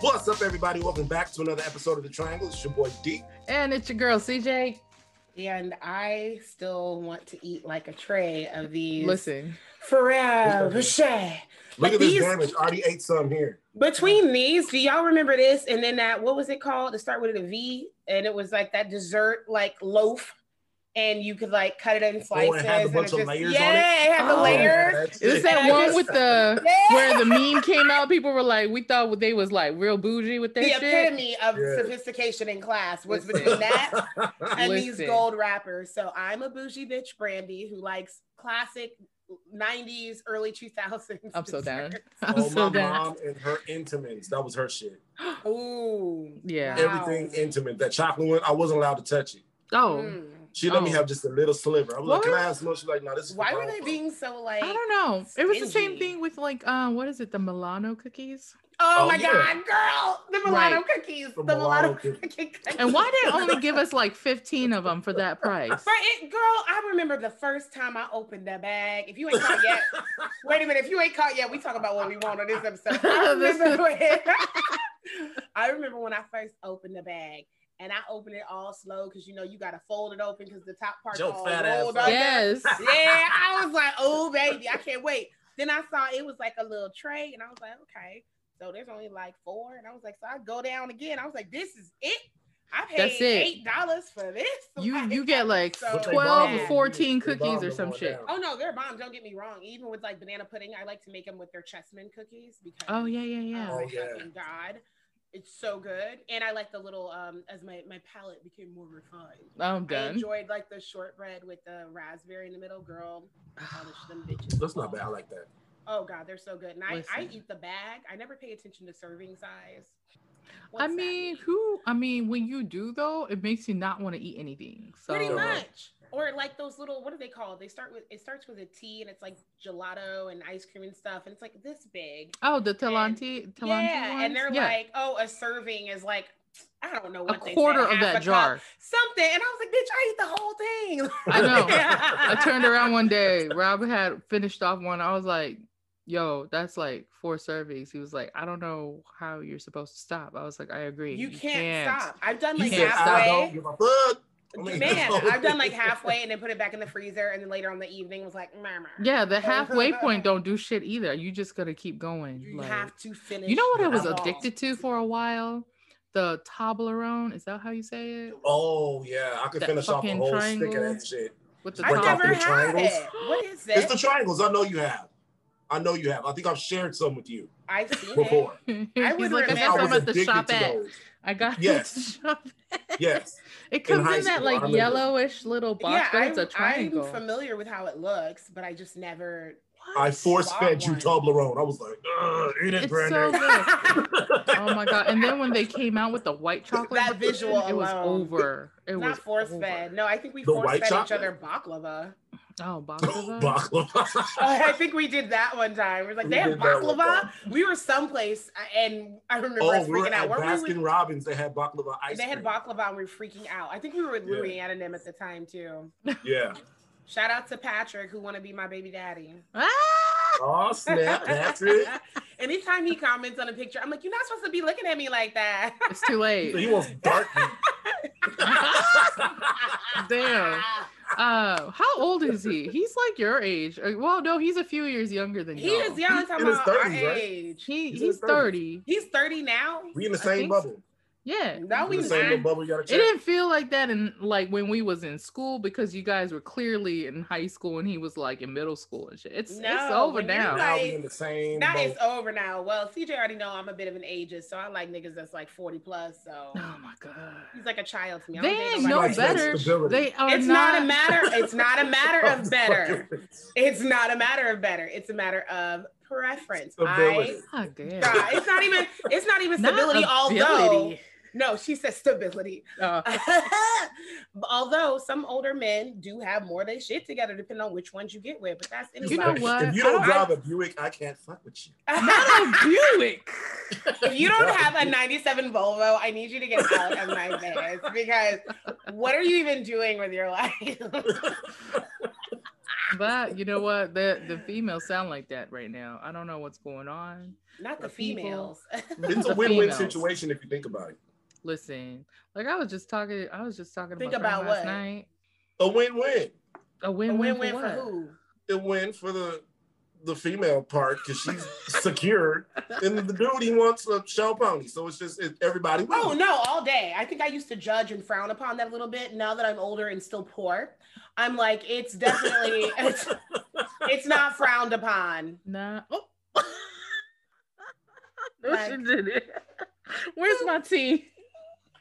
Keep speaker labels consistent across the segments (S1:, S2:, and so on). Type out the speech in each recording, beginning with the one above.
S1: What's up, everybody? Welcome back to another episode of The Triangle. It's your boy D.
S2: And it's your girl CJ.
S3: And I still want to eat like a tray of these.
S2: Listen,
S3: Pharrell, Rocher.
S1: Look
S3: But
S1: at this
S3: these-
S1: damage. Already ate some here.
S3: Between these, do y'all remember this? And then that, what was it called? To start with a V. And it was like that dessert, like loaf. And you could like cut it in slices.
S1: Oh, it had a
S3: and
S1: bunch of
S3: just-
S1: layers on
S3: yeah, it. had the
S2: Oh.
S3: layers.
S1: That's
S2: is this
S1: it.
S2: that
S3: Yeah, I
S2: one
S3: just-
S2: with the
S3: Yeah.
S2: where the meme came out? People were like, we thought they was like real bougie with their
S3: the
S2: shit.
S3: epitome of
S1: Yeah.
S3: sophistication in class was
S2: Listen.
S3: between that
S1: Oh,
S3: and
S2: Listen.
S3: these gold rappers. So I'm a bougie bitch, Brandy, who likes classic 90s, early 2000s.
S2: I'm so down.
S3: desserts.
S2: I'm
S1: oh,
S2: so
S1: my
S2: down.
S1: mom and her intimates. That was her shit.
S3: Ooh.
S2: Yeah.
S3: Wow.
S1: Everything intimate. That chocolate one, I wasn't allowed to touch it.
S2: Oh,
S3: Mm.
S1: She let me
S2: Oh.
S1: have just a little sliver. I was like,
S2: What?
S1: can I have some? She's like, no, this is. for
S3: Why
S1: my
S3: were
S1: own
S3: they
S1: folks."
S3: being so like?
S2: I don't know. It was the same
S3: Stingy.
S2: thing with like, um, what is it? The Milano cookies.
S3: Oh,
S1: Oh,
S3: my
S1: yeah.
S3: god, girl! The Milano cookies.
S1: The
S3: The, Milano
S1: Milano cookies.
S3: cookie cookies.
S2: And why did it only give us like 15 of them for that price?
S3: For it, girl, I remember the first time I opened that bag. If you ain't caught yet, wait a minute. If you ain't caught yet, we talk about what we want on this episode. I remember, when, I remember when I first opened the bag, and I opened it all slow because you know you got to fold it open because the top part's
S1: Your
S3: all
S1: fat ass
S3: rolled
S1: up.
S3: up.
S2: Yes.
S3: yeah, I was like, oh baby, I can't wait. Then I saw it was like a little tray, and I was like, okay, so there's only like four, and I was like, so I go down again. I was like, this is it. I paid
S2: That's it.
S3: eight dollars for this.
S2: You
S3: Like,
S2: you get like
S3: So
S1: But they
S2: 12
S1: bombed
S2: or
S1: them.
S2: 14
S1: They bombed
S2: cookies or
S1: them
S2: some
S1: all
S2: shit.
S1: down.
S3: Oh no, they're bomb. Don't get me wrong. Even with like banana pudding, I like to make them with their chessman cookies because
S2: Oh yeah, yeah, yeah.
S3: Oh,
S1: Oh,
S3: my
S1: yeah.
S3: fucking god, it's so good. And I like the little um as my my palate became more refined.
S2: I'm
S3: I
S2: done.
S3: enjoyed like the shortbread with the raspberry in the middle, girl. Polish them bitches.
S1: That's not bad. I like that.
S3: Oh god, they're so good. And I, I
S2: Listen.
S3: eat the bag. I never pay attention to serving size.
S2: I
S3: What's that
S2: mean, who? I mean, when you do though, it makes you not want to eat anything. So
S3: pretty
S1: So-
S3: much. Or like those little what are they called? They start with it starts with a T and it's like gelato and ice cream and stuff and it's like this big.
S2: Oh, the Talante, Talante
S3: yeah,
S2: ones?
S3: and they're
S2: Yeah.
S3: like, oh, a serving is like I don't know
S2: a
S3: what they said,
S2: quarter of
S3: half a
S2: that
S3: cup,
S2: jar.
S3: something. And I was like, bitch, I ate the whole thing.
S2: I know. I
S3: I
S2: turned around one day. Rob had finished off one. I was like, "Yo, that's like four servings." He was like, "I don't know how you're supposed to stop." I was like, "I agree.
S3: You can't, stop. I've done
S1: You
S3: like
S1: said,
S2: halfway.
S1: I don't give a fuck. I mean,
S3: Man, I've done like halfway and then put it back in the freezer, and then later on the evening was like, murmur.
S2: Yeah, the halfway point don't do shit either. You just gotta keep going.
S3: You
S2: like-
S3: have to finish.
S2: You know what I
S3: the
S2: was
S3: ball.
S2: addicted to for a while? The Toblerone. Is that how you say it?
S1: Oh yeah, I could
S2: That
S1: finish off a
S2: fucking
S1: whole stick
S2: triangle.
S1: of that shit.
S2: With the
S3: I
S1: Break off
S3: never
S1: the
S2: Toblerone.
S3: had
S1: triangles.
S3: it. What is
S1: It's
S3: it?
S1: the triangles. I know you have. I know you have. I think I've shared some with you
S3: I've seen it.
S1: before.
S2: He's
S3: would
S2: like, I
S3: remember-
S2: got
S1: I
S2: some
S1: was
S2: at the
S1: addicted
S2: shop
S1: to
S2: at.
S1: those.
S2: I got it at the
S1: Yes.
S2: shop. at.
S1: Yes.
S2: It comes
S1: high
S2: in that
S1: school, I
S2: like
S1: remember.
S2: yellowish little box,
S3: yeah,
S2: but
S3: I'm,
S2: it's a triangle.
S3: I'm familiar with how it looks, but I just never.
S1: I force
S3: Bought
S1: fed you
S3: one.
S1: Toblerone. I was like, "Ugh, eat it,
S2: It's so
S1: granddaddy.
S2: good. Oh my god! And then when they came out with the white chocolate,
S3: That
S2: version,
S3: visual
S2: it was
S3: alone.
S2: over. It was
S3: Not force
S2: over.
S3: fed. No, I think we
S1: The
S3: force
S1: white
S3: fed each
S1: chocolate?
S3: other baklava.
S2: Oh,
S3: Uh-huh.
S2: baklava.
S1: Baklava.
S3: I think we did that one time. We are like, they
S1: We
S3: have
S1: did that one
S3: baklava.
S1: time.
S3: We were someplace, uh, and I remember
S1: Oh,
S3: us
S1: we were at
S3: freaking out. Weren't we
S1: Baskin
S3: with-
S1: Robbins. They had baklava ice
S3: they had
S1: cream.
S3: baklava, and we were freaking out. I think we were with
S1: Yeah.
S3: Louis and them at the time too.
S1: yeah.
S3: Shout out to Patrick, who want to be my baby daddy.
S2: Ah!
S1: Oh snap, Patrick.
S3: Anytime he comments on a picture, I'm like, you're not supposed to be looking at me like that.
S2: It's too
S1: So
S2: late.
S1: he wants dark meat.
S2: Damn. Uh, how old is he? He's like your age. Uh, Well, no, he's a few years younger than
S3: He
S2: you.
S3: is young. Talking
S1: in his
S3: about
S1: 30s,
S3: our
S1: right?
S3: age.
S2: He,
S1: He's
S2: he's,
S1: in his
S2: 30.
S3: He's 30 now.
S1: We in the
S2: I
S1: same
S2: think so.
S1: bubble.
S2: Yeah.
S3: No,
S1: We
S3: we
S1: in the same little
S3: not.
S1: bubble. You gotta
S2: It
S1: check.
S2: didn't feel like that in like when we was in school because you guys were clearly in high school and he was like in middle school and shit. It's it's
S3: No,
S2: over
S3: when you
S2: now.
S3: like-
S1: Now we in the same
S3: Now
S1: boat.
S3: it's over now. Well, CJ already know I'm a bit of an ageist, so I like niggas that's like 40 plus. So
S2: oh my god.
S3: he's like a child to me. I
S2: They
S3: don't date
S2: ain't
S1: She
S3: nobody
S2: no
S1: likes
S3: like that.
S2: better.
S1: stability.
S2: They are
S3: It's not,
S2: not,
S3: a matter. It's not a matter
S1: I'm
S3: of
S1: just
S3: better.
S1: fucking with
S3: It's not a matter of better. It's a matter of preference. I
S1: Stability.
S2: Oh, damn.
S3: God, it's not even. It's not even
S2: Not
S3: stability. although
S2: ability.
S3: no, she said stability.
S2: Uh,
S3: Although some older men do have more of their shit together, depending on which ones you get with. But that's
S1: you.
S2: You know
S1: Like,
S2: what?
S1: If you
S2: I
S1: don't
S2: don't-
S1: drive a Buick, I can't fuck with you.
S2: not a Buick.
S3: if you don't have a 97 Volvo, I need you to get out of my face because what are you even doing with your life?
S2: But you know what? The the females sound like that right now. I don't know what's going on.
S3: Not the
S2: The people.
S3: females.
S1: It's a
S2: The
S1: win-win
S2: females.
S1: situation if you think about it.
S2: Listen, like I was just talking, I was just talking
S3: Think
S2: about, something
S3: about
S2: last
S3: what?
S2: night.
S1: A win-win.
S2: A
S3: A
S2: win win
S3: win-win
S2: for,
S3: for
S2: what?
S3: who?
S1: A win for the the female part because she's secured, and the dude he wants a shell pony. So it's just it, everybody. Wins.
S3: Oh no, all day. I think I used to judge and frown upon that a little bit. Now that I'm older and still poor, I'm like, it's definitely it's, it's not frowned upon.
S2: Nah. Oh. no, she
S3: Like-
S2: did it. Where's my tea?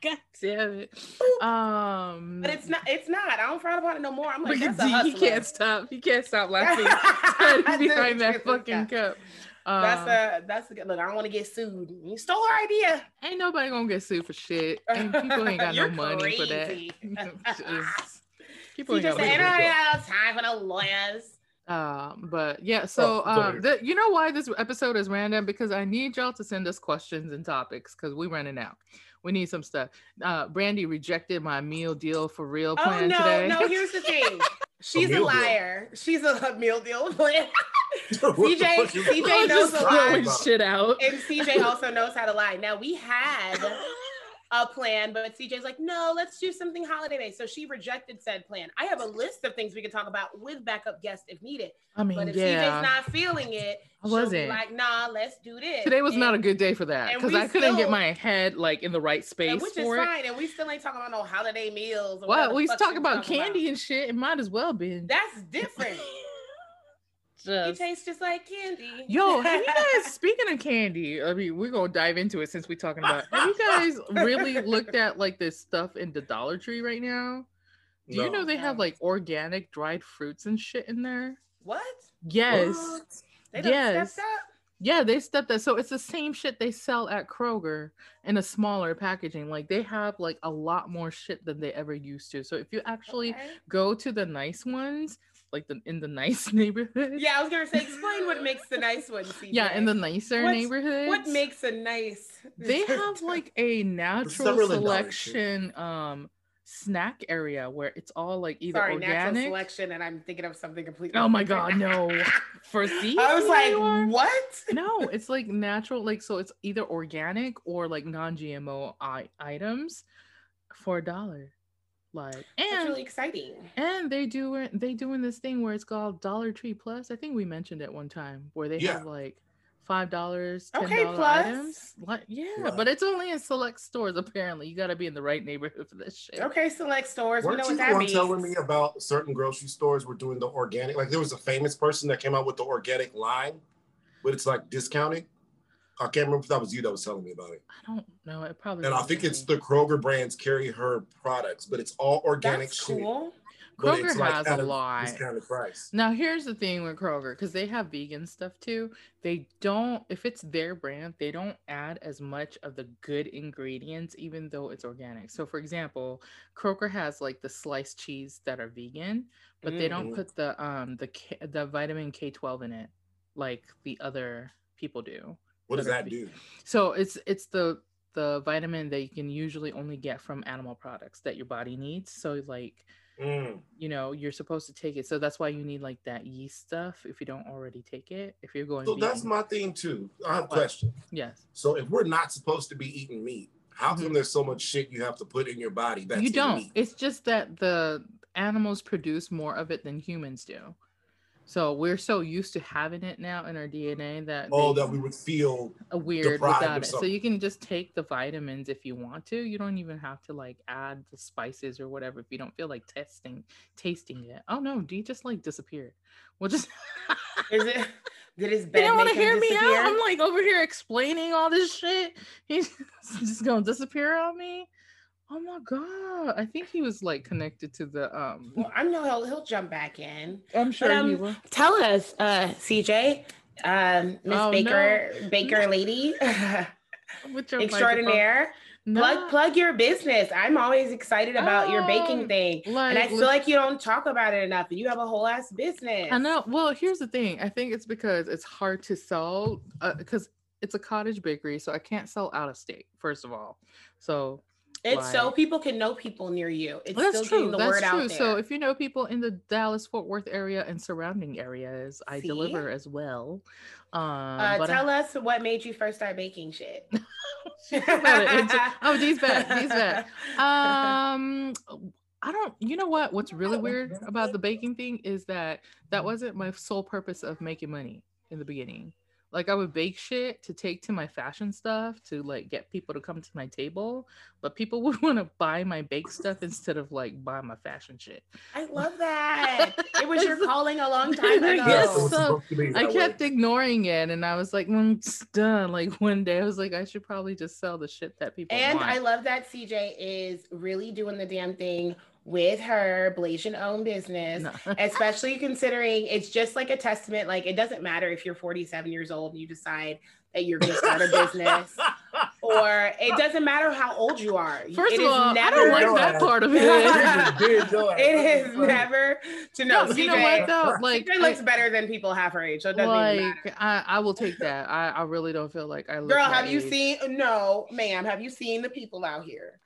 S2: God damn it. Um,
S3: But it's not it's not. I don't frown upon it no more. I'm like,
S2: Look at
S3: that's
S2: D.
S3: a
S2: He
S3: hustler.
S2: can't stop. He can't stop laughing. Trying to behind that fucking cup. Um,
S3: That's a that's a good look. I don't want to get sued. You stole our idea.
S2: ain't nobody gonna get sued for shit. And people ain't got no
S3: You're
S2: money for that.
S3: crazy.
S2: Just- people
S3: She
S2: ain't
S3: just
S2: got
S3: said,
S2: money
S3: "I
S2: for
S3: don't
S2: that.
S3: have time for no lawyers.
S2: Um, but yeah, so
S1: Oh,
S2: um,
S1: sorry.
S2: the, you know why this episode is random because I need y'all to send us questions and topics because we're running out. We need some stuff. Uh, Brandy rejected my meal deal for real
S3: Oh
S2: plan
S3: no,
S2: today.
S3: no, here's the thing. She's a,
S1: meal deal.
S3: liar. She's a meal deal plan.
S1: What the
S3: CJ
S1: fuck is-
S3: CJ
S2: I'm
S3: knows
S2: just
S3: a
S2: throwing
S3: lot.
S2: shit out.
S3: and CJ also knows how to lie. Now we had a plan, but CJ's like, no, let's do something holiday based. So she rejected said plan. I have a list of things we could talk about with backup guests if needed.
S2: I mean,
S3: But if
S2: yeah,
S3: CJ's not feeling it,
S2: I
S3: she'll be
S2: wasn't.
S3: like, nah, let's do this.
S2: today was
S3: And-
S2: not a good day for that
S3: and
S2: because
S3: we
S2: I couldn't
S3: still-
S2: get my head like in the right
S3: and
S2: space
S3: which is
S2: for it.
S3: fine. And we still ain't talking about no holiday meals. or whatever
S2: What
S3: the
S2: we
S3: fuck
S2: talk
S3: she was
S2: about
S3: talking
S2: candy and shit, it might as well been.
S3: That's different. It
S2: Just-
S3: tastes just like candy.
S2: Yo, have you guys speaking of candy? I mean, we're gonna dive into it since we're talking about. Have you guys really looked at like this stuff in the Dollar Tree right now? Do you
S1: No.
S2: know they have
S3: No.
S2: like organic dried fruits and shit in there?
S3: what?
S2: Yes,
S3: They done
S2: Yes.
S3: stepped up?
S2: yeah, they stepped that. So it's the same shit they sell at Kroger in a smaller packaging. Like they have like a lot more shit than they ever used to. So if you actually
S3: Okay.
S2: go to the nice ones, like the in the nice neighborhood,
S3: Yeah, I was gonna say, explain what makes the nice one. CJ.
S2: yeah, in the nicer
S3: What's-
S2: neighborhoods,
S3: what makes a nice?
S2: they have like a natural
S1: Summerlin Dollar Tree.
S2: selection um snack area where it's all like either
S3: sorry natural
S2: organic.
S3: selection, and I'm thinking of something completely.
S2: Oh my god,
S3: different.
S2: no. For seeds.
S3: I was
S2: where you are?
S3: like, what?
S2: no, it's like natural, like so it's either organic or like non-GMO I- items for a dollar. Like
S3: That's
S2: and
S3: really exciting.
S2: and they do it- they doing this thing where it's called Dollar Tree Plus. I think we mentioned it one time where they
S1: Yeah.
S2: have like five dollars, ten
S3: Okay,
S2: dollar
S3: plus.
S2: items. Like, yeah,
S1: Right.
S2: but it's only in select stores. Apparently, you got to be in the right neighborhood for this shit.
S3: Okay, select stores. We
S1: Weren't
S3: know
S1: you
S3: what
S1: the
S3: that
S1: one
S3: means.
S1: telling me about certain grocery stores were doing the organic? Like there was a famous person that came out with the organic line, but it's like discounted. I can't remember if that was you that was telling me about it.
S2: I don't know. It probably.
S1: And I
S2: wasn't
S1: think it's
S2: me.
S1: the Kroger brands carry her products, but it's all organic
S3: That's
S1: shit.
S3: cool.
S1: But
S2: Kroger
S1: it's like
S2: has
S1: at
S2: a lot.
S1: discounted price.
S2: Now here's the thing with Kroger, because they have vegan stuff too. They don't, if it's their brand, they don't add as much of the good ingredients, even though it's organic. So for example, Kroger has like the sliced cheese that are vegan, but they don't
S1: Mm.
S2: put the um the K, the vitamin K12 in it, like the other people do.
S1: What does
S2: Better
S1: that
S2: be-
S1: do?
S2: So it's it's the the vitamin that you can usually only get from animal products that your body needs. So like
S1: Mm,
S2: you know you're supposed to take it so that's why you need like that yeast stuff if you don't already take it if you're going
S1: So that's
S2: vegan.
S1: my thing too. I have a
S2: What?
S1: question.
S2: yes
S1: So if we're not supposed to be eating meat, how come
S2: Mhm.
S1: there's so much shit you have to put in your body that's
S2: you
S1: in
S2: don't
S1: meat?
S2: it's just that the animals produce more of it than humans do so we're so used to having it now in our dna that
S1: Oh,
S2: they-
S1: that we would feel
S2: a weird
S1: deprived
S2: without
S1: of
S2: it so
S1: something.
S2: you can just take the vitamins if you want to you don't even have to like add the spices or whatever if you don't feel like testing tasting it oh no d just like disappeared we'll just
S3: Is it? Did his bed
S2: They don't
S3: want to
S2: hear me
S3: disappear?
S2: out. I'm like over here explaining all this shit. He's just gonna disappear on me. Oh my god! I think he was like connected to the um.
S3: well, I know he'll, he'll jump back in.
S2: I'm sure he
S3: um,
S2: will.
S3: Tell us, uh, CJ, um, Miss
S2: Oh,
S3: Baker, Baker lady,
S2: With your
S3: extraordinaire.
S2: microphone.
S3: Plug plug your business. I'm always excited about your
S2: Oh,
S3: baking thing.
S2: Nah, like,
S3: And I feel like you don't talk about it enough. And you have a whole ass business.
S2: I know. Well, here's the thing. I think it's because it's hard to sell uh, because it's a cottage bakery, so I can't sell out of state. First of all, so
S3: It's so
S2: Like-
S3: people can know people near you. It's
S2: Well,
S3: still
S2: that's true.
S3: getting the
S2: that's
S3: word out
S2: true.
S3: there.
S2: So if you know people in the Dallas Fort Worth area and surrounding areas, I
S3: See?
S2: deliver as well. Um,
S3: uh,
S2: but
S3: tell
S2: I,
S3: us what made you first start baking shit.
S2: about it. It's- oh, these back, these back. um, I don't. You know what? What's really weird about the baking thing is that that wasn't my sole purpose of making money in the beginning. Like I would bake shit to take to my fashion stuff to like get people to come to my table, but people would want to buy my bake stuff instead of like buy my fashion shit.
S3: I love that. It was your calling a long time
S2: I
S3: ago.
S2: guess
S1: It's
S2: so.
S1: supposed to be
S2: I
S1: that way.
S2: kept ignoring it, and I was like, mm, it's done. Like one day, I was like, I should probably just sell the shit that people
S3: And
S2: want.
S3: I love that CJ is really doing the damn thing with her Blasian own business.
S2: No.
S3: Especially considering it's just like a testament. Like it doesn't matter if you're 47 years old and you decide that you're gonna start a business, or it doesn't matter how old you are.
S2: First
S3: It
S2: of
S3: is
S2: all, I
S3: never-
S2: don't like that part of it.
S1: You did your-
S3: It is never to know.
S2: no, you know what though? Like,
S3: CJ looks better than people half her age, so it doesn't even matter.
S2: like I, I will take that. I, I really don't feel like I. Look
S3: Girl,
S2: my
S3: have you
S2: age.
S3: seen? No, ma'am, have you seen the people out here?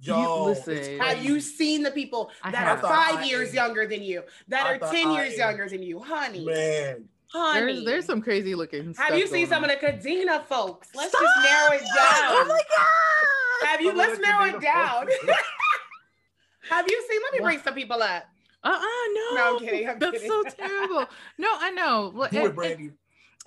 S1: Yo,
S2: You- listen.
S1: it's
S3: Have you seen the people
S2: I
S3: that
S2: have.
S3: are
S1: I thought I
S3: five years
S1: am.
S3: younger than you, that
S1: I
S3: are
S1: thought
S3: 10
S1: I
S3: years
S1: am.
S3: younger than you? Honey,
S1: Man,
S3: honey.
S2: There's there's some crazy looking.
S3: Have you seen some of the Cadena folks? Let's just narrow it down.
S2: Oh my god!
S3: Have you,
S1: Some of
S3: let's
S1: the
S3: narrow it
S1: Cadena
S3: down.
S1: folks.
S3: Have you seen, let me
S2: Wow.
S3: bring some people up.
S2: Uh uh no.
S3: No, I'm kidding, I'm
S2: That's
S3: kidding.
S2: so terrible. No, I know. Well,
S1: do
S2: it-
S1: it,
S2: it-
S1: Brandy.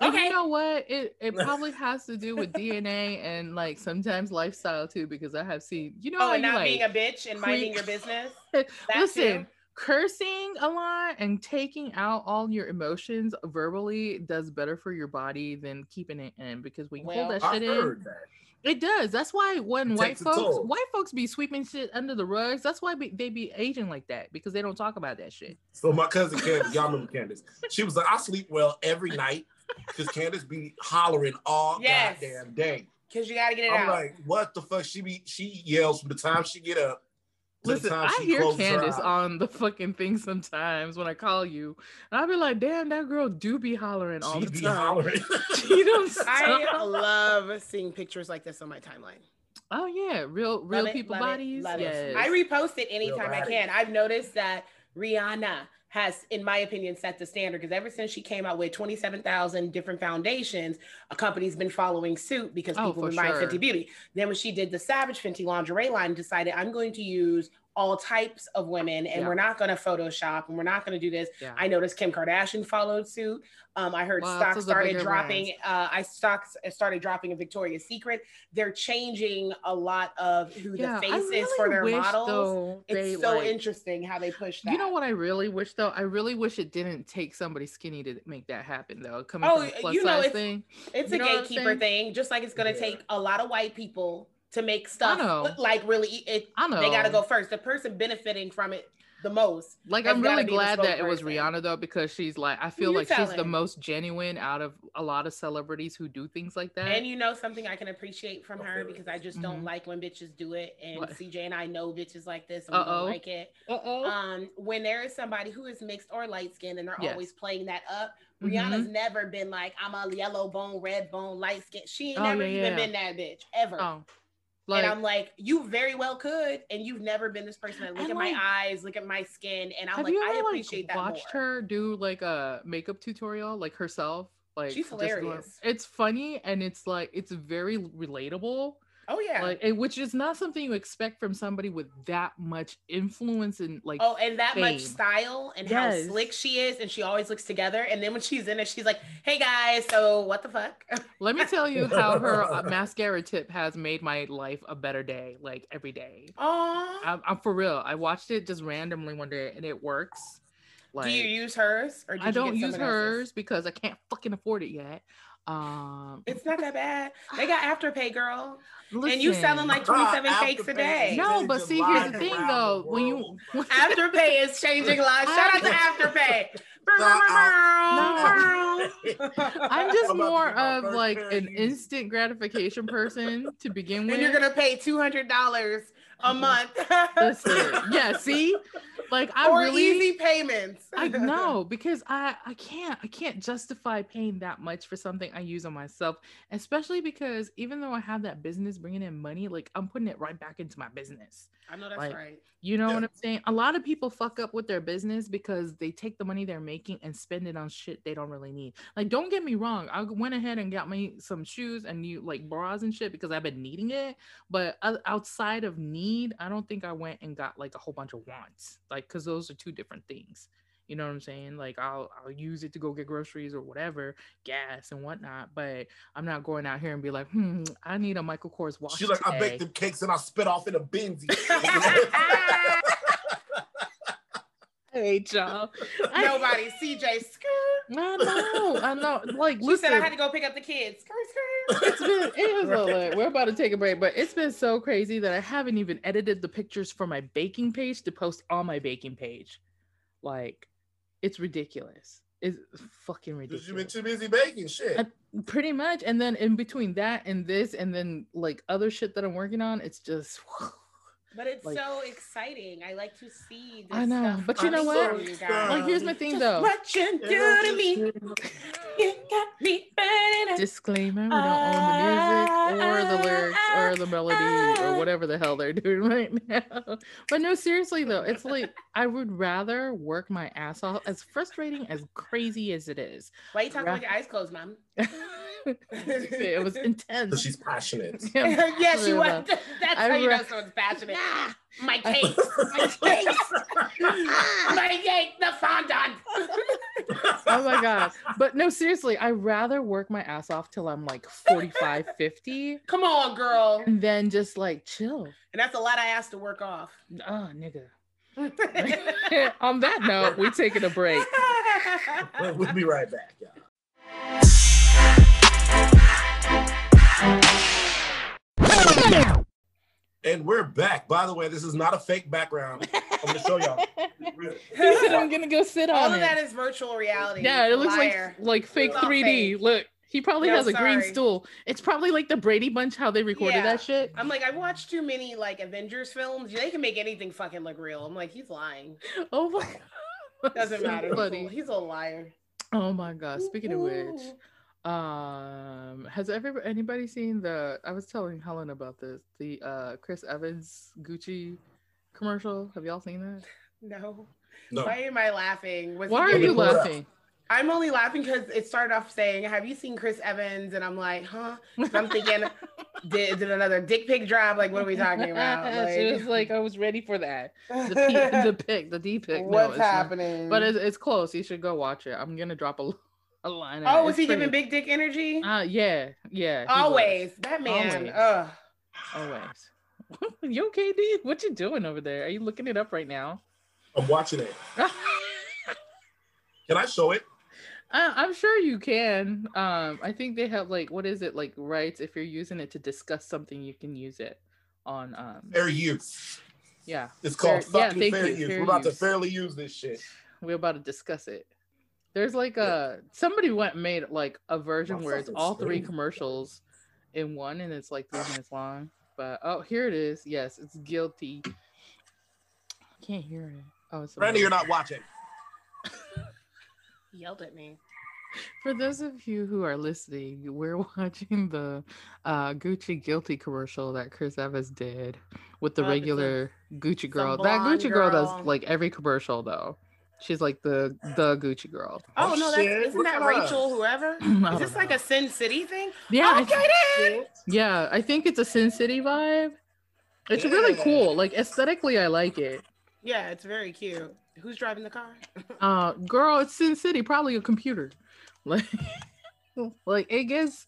S2: And
S3: Okay.
S2: You know what? It it probably has to do with DNA and like sometimes lifestyle too, because I have seen you know
S3: Oh,
S2: how
S3: and
S2: you
S3: not
S2: like
S3: being a bitch and minding
S2: creep-
S3: your business.
S2: listen, cursing a lot and taking out all your emotions verbally does better for your body than keeping it in because when you
S3: Well,
S2: hold that
S1: I
S2: shit in,
S1: heard that.
S2: it does. That's why when
S1: It
S2: white
S1: takes a
S2: folks
S1: toll.
S2: white folks be sweeping shit under the rugs, that's why be, they be aging like that because they don't talk about that shit.
S1: So my cousin Candace, y'all remember Candace? She was like, I sleep well every night because Candace be hollering all
S3: Yes.
S1: goddamn day.
S3: Because you got to get it
S1: I'm
S3: out.
S1: like, what the fuck? She be she yells from the time she get up. to the
S2: Listen,
S1: time
S2: I
S1: she
S2: hear
S1: closes her
S2: Candace
S1: eyes.
S2: on the fucking thing sometimes when I call you, and I'll be like, "Damn, that girl do be hollering all
S1: She
S2: the
S1: be
S2: time.
S1: hollering.
S2: she don't
S3: I
S2: stop."
S3: love seeing pictures like this on my timeline.
S2: oh yeah, real real
S3: Love it,
S2: people
S3: love
S2: bodies.
S3: it, love it.
S2: yes,
S3: I repost it anytime I
S1: body.
S3: can. I've noticed that Rihanna has, in my opinion, set the standard because ever since she came out with 27,000 different foundations, a company's been following suit because
S2: Oh,
S3: people
S2: for
S3: been buying
S2: sure.
S3: Fenty Beauty. Then when she did the Savage Fenty lingerie line, decided I'm going to use all types of women and
S2: Yeah.
S3: we're not going to Photoshop and we're not going to do this.
S2: yeah.
S3: I noticed Kim Kardashian followed suit. Um, I heard
S2: Wow,
S3: stocks
S2: those are
S3: started
S2: bigger
S3: dropping. Uh, I stocks started dropping in Victoria's Secret. They're changing a lot of who
S2: yeah,
S3: the face
S2: I
S3: is
S2: really
S3: for their
S2: wish,
S3: models.
S2: Though, they,
S3: it's so
S2: like-
S3: interesting how they push that.
S2: You know what I really wish though? I really wish it didn't take somebody skinny to make that happen though. Coming
S3: Oh,
S2: from the plus
S3: you know,
S2: size
S3: it's-
S2: thing.
S3: It's
S2: You
S3: a
S2: know what I'm
S3: gatekeeper
S2: saying?
S3: thing, just like it's going to
S1: Yeah.
S3: take a lot of white people to make stuff
S2: know.
S3: look like really. e, It,
S2: I know
S3: They got to go first. The person benefiting from it the most.
S2: Like
S3: has
S2: I'm
S3: gotta
S2: really
S3: be the
S2: glad that it was
S3: spokesperson.
S2: Rihanna though, because she's like I feel
S3: you
S2: like she's the
S3: telling?
S2: most genuine out of a lot of celebrities who do things like that.
S3: And you know something I can appreciate from her
S1: Okay.
S3: because I just don't
S2: Mhm.
S3: like when bitches do it, and
S2: What?
S3: CJ and I know bitches like this, and we
S2: Uh-oh.
S3: don't like it.
S2: uh oh.
S3: um, when there is somebody who is mixed or light skinned and they're
S2: Yes. Mm-hmm.
S3: always playing that up, Rihanna's never been like, I'm a yellow bone, red bone, light skin. She ain't
S2: Oh,
S3: never
S2: yeah,
S3: even
S2: yeah.
S3: been that bitch ever.
S2: Oh, like
S3: and I'm like, you very well could, and you've never been this person. That look
S2: And,
S3: at
S2: like,
S3: my eyes, look at my skin, and I'm
S2: have
S3: like,
S2: you
S3: I
S2: ever
S3: appreciate
S2: like
S3: that more.
S2: watched her do like a makeup tutorial like herself? Like
S3: She's
S2: just going-
S3: hilarious.
S2: it's funny and it's like it's very relatable.
S3: Oh yeah.
S2: Like it, which is not something you expect from somebody with that much influence and like
S3: Oh, and that much
S2: fame.
S3: style and
S2: Yes.
S3: how slick she is, and she always looks together. And then when she's in it, she's like, "Hey guys, so what the fuck?"
S2: Let me tell you how her uh, mascara tip has made my life a better day, like every day.
S3: Oh,
S2: I'm, I'm for real. I watched it just randomly one day and it works. Like
S3: do you use hers or did
S2: I
S3: you
S2: don't
S3: get
S2: use
S3: someone else's?
S2: hers because I can't fucking afford it yet. Um,
S3: It's not that bad. They got afterpay, girl.
S2: listen,
S3: And you selling like 27
S1: After
S3: cakes a
S1: paying
S3: day.
S2: No,
S1: attention
S2: but
S1: to
S2: see, here's the
S1: lies
S2: thing,
S1: around
S2: though. When you-
S1: world.
S3: Afterpay is changing lives. Shout out to Afterpay. Brr, brr, brr, brr.
S2: I'm
S1: I'm about
S2: just
S1: to
S2: more
S1: get my
S2: of
S1: first
S2: like
S1: pair of
S2: an
S1: these.
S2: instant gratification person to begin
S3: and
S2: with.
S3: you're gonna pay two hundred dollars a month.
S2: Mm-hmm. Listen, yeah, see, like I
S3: or
S2: really,
S3: easy payments.
S2: I know because I I can't I can't justify paying that much for something I use on myself, especially because even though I have that business bringing in money, like I'm putting it right back into my business.
S3: I know that's
S2: Like,
S3: right.
S2: You know
S1: Yeah.
S2: what I'm saying? A lot of people fuck up with their business because they take the money they're making and spend it on shit they don't really need. Like, don't get me wrong. I went ahead and got me some shoes and new like bras and shit because I've been needing it. But o- outside of need, I don't think I went and got like a whole bunch of wants. Like, cause those are two different things. You know what I'm saying? Like, I'll I'll use it to go get groceries or whatever, gas and whatnot. But I'm not going out here and be like, hmm, I need a Michael Kors watch.
S1: She's like, I
S2: today."
S1: baked them cakes and I spit off in a Benzie.
S2: I hate y'all. I
S3: Nobody. CJ. Skirt.
S2: I know, I know. Like,
S3: She
S2: listen,
S3: said I had to go pick up the kids. Skirt, skirt.
S2: it's been it is a lot. We're about to take a break, but it's been so crazy that I haven't even edited the pictures for my baking page to post on my baking page. Like, it's ridiculous. It's fucking ridiculous.
S1: You've been too busy baking shit.
S2: Pretty much, and then in between that and this, and then like other shit that I'm working on, it's just.
S3: But it's
S2: Like-
S3: so exciting. I like to see. This
S2: I know,
S3: stuff
S2: but you
S3: on
S2: know what?
S3: you guys.
S2: Like, here's my thing
S3: Just
S2: though.
S3: What you do to me? You got me burning.
S2: Disclaimer: We don't own the music or the lyrics or the melody or whatever the hell they're doing right now. But no, seriously though, it's like I would rather work my ass off, as frustrating as crazy as it is.
S3: Why you talking with your eyes closed, mom?
S2: it was
S1: Because
S2: intense.
S1: she's passionate.
S2: Yeah.
S3: yes, you was.
S2: about-
S3: That's
S2: I
S3: how you
S2: re-
S3: know someone's passionate.
S2: Ah,
S3: My
S2: I-
S3: cake. My cake. My cake. The fondant.
S2: oh my god. But no, seriously, I rather work my ass off till I'm like 45, 50
S3: Come on, girl.
S2: and then just like chill.
S3: And that's a lot I asked to work off.
S2: Oh, nigga. On that note, we taking a break.
S1: we'll be right back, y'all. And we're back. By the way, this is not a fake background. I'm gonna show y'all. It's real.
S2: He said I'm gonna go sit
S3: All
S2: on
S3: of
S2: it.
S3: that is virtual reality.
S2: yeah, it looks
S3: Liar.
S2: like like fake
S1: It's
S3: all
S2: 3D.
S3: fake.
S2: Look, he probably
S3: Yeah,
S2: has a green
S3: sorry.
S2: stool. It's probably like the Brady Bunch how they recorded
S3: Yeah.
S2: that shit.
S3: I'm like, I watched too many like Avengers films. They can make anything fucking look real. I'm like, he's lying.
S2: Oh my god,
S3: Uh, Doesn't
S2: So
S3: matter. He's a-
S2: funny.
S3: He's a liar.
S2: Oh my god. Speaking of which,
S3: Ooh.
S2: um, has everybody anybody seen the? I was telling Helen about this. The uh Chris Evans Gucci commercial. Have y'all seen that?
S3: no.
S1: No.
S3: Why am I laughing? Was
S2: Why
S3: he
S2: are
S1: Let me
S2: you
S3: giving-
S1: pull it up.
S2: laughing?
S3: I'm only laughing because it started off saying, "Have you seen Chris Evans?" And I'm like, "Huh?" And I'm thinking, did, did another dick pic drop? Like, what are we talking about?
S2: she was like, I was ready for that. The P, the pick, the D pick.
S3: what's
S2: happening?
S3: happening?
S2: But it's, it's close. You should go watch it. I'm gonna drop a, a line. on it.
S3: oh, was
S2: It's
S3: he giving
S2: pretty-
S3: big dick energy?
S2: Uh, yeah, yeah. he was.
S3: Always that man.
S2: Always.
S3: Ugh.
S2: always. you okay, D? What you doing over there? Are you looking it up right now?
S1: I'm watching it.
S2: I,
S1: Can I show it?
S2: I'm sure you can. Um, I think they have like what is it like rights? If you're using it to discuss something, you can use it on. Um,
S1: Fair use.
S2: yeah,
S1: It's called
S2: Fair- yeah,
S1: fucking
S2: thank
S1: fair
S2: you,
S1: use.
S2: fair
S1: We're about to
S2: use.
S1: fairly use this shit.
S2: we're about to discuss it. There's like
S1: Yeah.
S2: a somebody went made like a version
S1: My
S2: where it's
S1: fucking
S2: all three
S1: screen.
S2: commercials in one, and it's like three minutes long. But oh, here it is. Yes, it's guilty. I can't hear it. Oh, it's
S1: Randy,
S2: amazing.
S1: you're not watching.
S3: He Yelled at me.
S2: For those of you who are listening, we're watching the uh, Gucci Guilty commercial that Chris Evans did with the
S3: Oh, it's a-
S2: regular Gucci girl. That
S3: blonde
S2: Gucci girl.
S3: girl.
S2: does like every commercial though. She's like the the Gucci girl.
S3: Oh,
S1: Oh,
S3: no, that's
S1: shit.
S3: isn't
S1: Look
S3: that
S1: at us.
S3: Rachel? Whoever
S2: I don't
S3: is this like
S2: know.
S3: a Sin City thing?
S2: yeah?
S1: Oh,
S2: I
S3: okay then.
S2: Yeah, I think it's a Sin City vibe. It's really
S1: Yeah.
S2: cool. Like aesthetically, I like it.
S3: Yeah, it's very cute. Who's driving the car?
S2: Uh, girl, it's Sin City. Probably a computer. Like, like it gets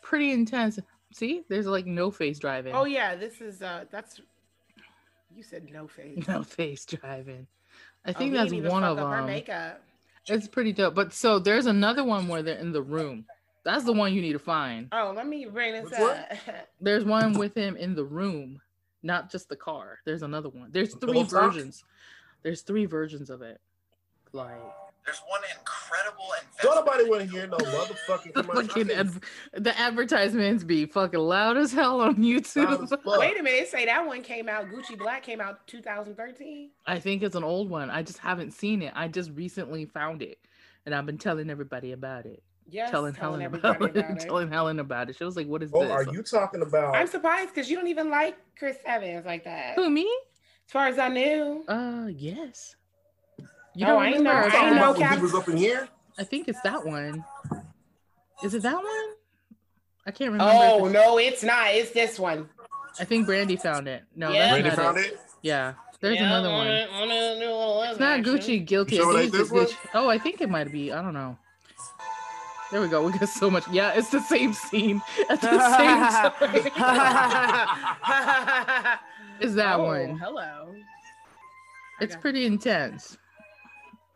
S2: pretty intense. See, there's like no face driving.
S3: Oh yeah, this is uh that's you said no face.
S2: no face driving. I
S3: Oh,
S2: think
S3: he
S2: that's
S3: didn't even
S2: one
S3: fuck
S2: of
S3: up Her
S2: them.
S3: makeup.
S2: It's pretty dope. But so there's another one where they're in the room. That's the one you need to find.
S3: Oh, let me bring this
S1: Which one?
S3: up.
S2: There's one with him in the room, not just the car. There's another one. There's
S1: The
S2: three
S1: pillow talk?
S2: versions. There's three versions of it. Like
S4: There's one incredible
S1: Don't nobody want to hear no motherfucking
S2: The
S1: commercial.
S2: fucking ad- the advertisements be fucking loud as hell on
S1: Loud as
S2: YouTube.
S1: fuck.
S3: Wait a minute, say that one came out. Gucci Black came out 2013.
S2: I think it's an old one. I just haven't seen it. I just recently found it, and I've been telling everybody about it.
S3: Yes,
S2: telling, Helen about, it. telling Helen about it. She was like, "What is
S1: Oh,
S2: this?"
S1: are you talking about?
S3: I'm surprised because you don't even like Chris Evans like that. As
S2: Who me?
S3: far as I knew,
S2: Uh, yes. You
S3: Oh,
S2: don't
S3: I ain't
S2: remember?
S3: know-
S1: I'm
S2: us
S1: talking
S3: I
S2: talking
S1: about
S3: know
S1: when
S2: about-
S1: he
S3: Cap-
S1: was up in here.
S2: I think it's that one. Is it that one? I can't remember. if
S3: Oh
S2: it's-
S3: no, it's not. It's this one.
S2: I think Brandy found it. No,
S3: Yeah.
S1: Randy
S2: that's not
S1: found
S2: it.
S1: it.
S2: Yeah, there's another one. It's
S3: It's
S2: not Gucci guilty.
S1: You sure
S2: I
S1: it
S2: think
S1: ain't this
S2: it's
S1: one?
S2: Gucci. Oh, I think it might be. I don't know. There we go. We got so much. Yeah, it's the same scene at the same time. Is that
S3: one?
S2: one?
S3: Hello.
S2: It's
S3: Okay.
S2: pretty intense.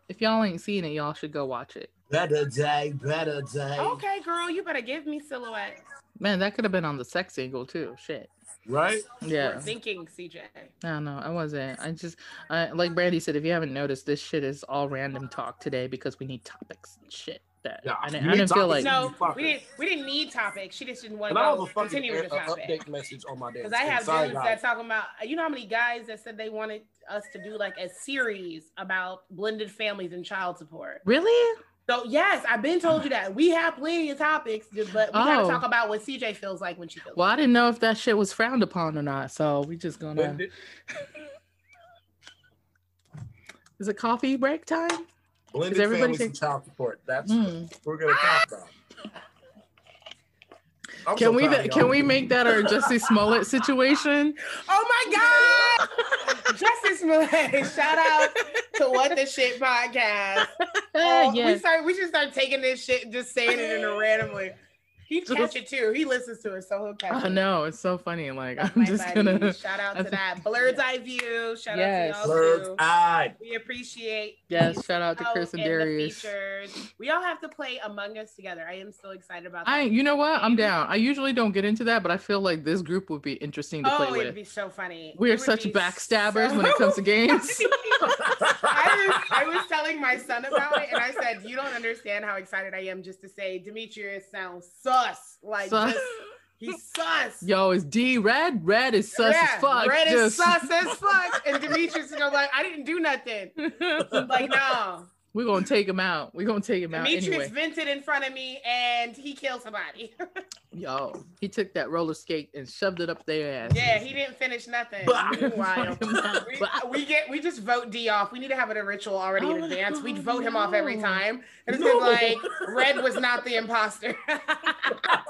S2: If y'all ain't seen it, y'all should go watch it.
S1: Better day, better day.
S3: Okay, girl, you better give me silhouette.
S2: Man, that could have been on the sex single too. Shit.
S1: Right?
S2: Yeah.
S3: We're thinking, CJ.
S2: No, no, I wasn't. I just, I, like Brandy said, if you haven't noticed, this shit is all random talk today because we need topics and shit. That
S1: Yeah,
S2: I didn't,
S1: you
S2: I
S1: need
S2: didn't feel like.
S1: topics.
S3: No,
S1: fucker.
S3: we didn't. We didn't need topics. She just didn't want
S1: And I have
S3: to
S1: a fucking
S3: continue with the
S1: uh,
S3: topic.
S1: update message on my desk.
S3: Because I have
S1: Sorry,
S3: dudes
S1: guys.
S3: that talking about. You know how many guys that said they wanted us to do like a series about blended families and child support.
S2: Really?
S3: So yes, I've been told you that we have plenty of topics, just- but we gotta
S2: Oh.
S3: talk about what CJ feels like when she feels.
S2: Well,
S3: like
S2: I didn't know if that shit was frowned upon or not. So we just gonna.
S1: Blended-
S2: Is it coffee break time?
S1: Blended
S2: everybody
S1: families
S2: think-
S1: and child support. That's
S2: Mm.
S1: what we're gonna talk about. I'm
S2: Can
S1: so
S2: we
S1: proud of y'all.
S2: can we make that our Justice Smollett situation?
S3: Oh my God! Justice Malay, shout out to What the Shit podcast. Oh, We
S2: Uh, Eh, yes.
S3: start. We should start taking this shit and just saying it in a randomly. He catch it too. He listens to it, so he'll catch
S2: I
S3: it.
S2: know it's so funny. Like
S3: That's
S2: I'm
S3: my
S2: just
S3: buddy.
S2: gonna.
S3: shout out
S2: I
S3: to
S2: think-
S3: that blurred's eye view. Shout
S2: Yes.
S3: out to y'all
S1: Blurred's
S3: too.
S1: eye.
S3: We appreciate.
S2: Yes, shout out to
S3: out
S2: Chris and
S3: in the
S2: Darius.
S3: features. We all have to play Among Us together. I am so excited about that.
S2: I you know what? I'm down. I usually don't get into that, but I feel like this group would be interesting to
S3: oh,
S2: play
S3: it'd
S2: with.
S3: be so funny.
S2: We
S3: It
S2: are
S3: would
S2: such
S3: be
S2: backstabbers
S3: so
S2: when it comes to games.
S3: funny. I was, I was telling my son about it, and I said, "You don't understand how excited I am just to say Demetrius sounds sus. Like
S2: So-
S3: just, he's sus.
S2: yo, it's D red. Red is sus
S3: Yeah,
S2: as fuck.
S3: Red
S2: Just-
S3: is sus as fuck. And Demetrius is gonna be like, I didn't do nothing. Like no,
S2: We're gonna take him out. We're gonna take him out
S3: Demetrius
S2: anyway.
S3: vented in front of me, and he killed somebody.
S2: Yo, he took that roller skate and shoved it up their ass.
S3: yeah, he didn't finish nothing.
S1: Bah.
S3: Meanwhile. We,
S2: Bah.
S3: we get we just vote D off. We need to have it a ritual already in
S2: Oh,
S3: advance. We'd vote him off every
S2: no.
S3: time. And it's
S1: No.
S3: like Red was not the imposter.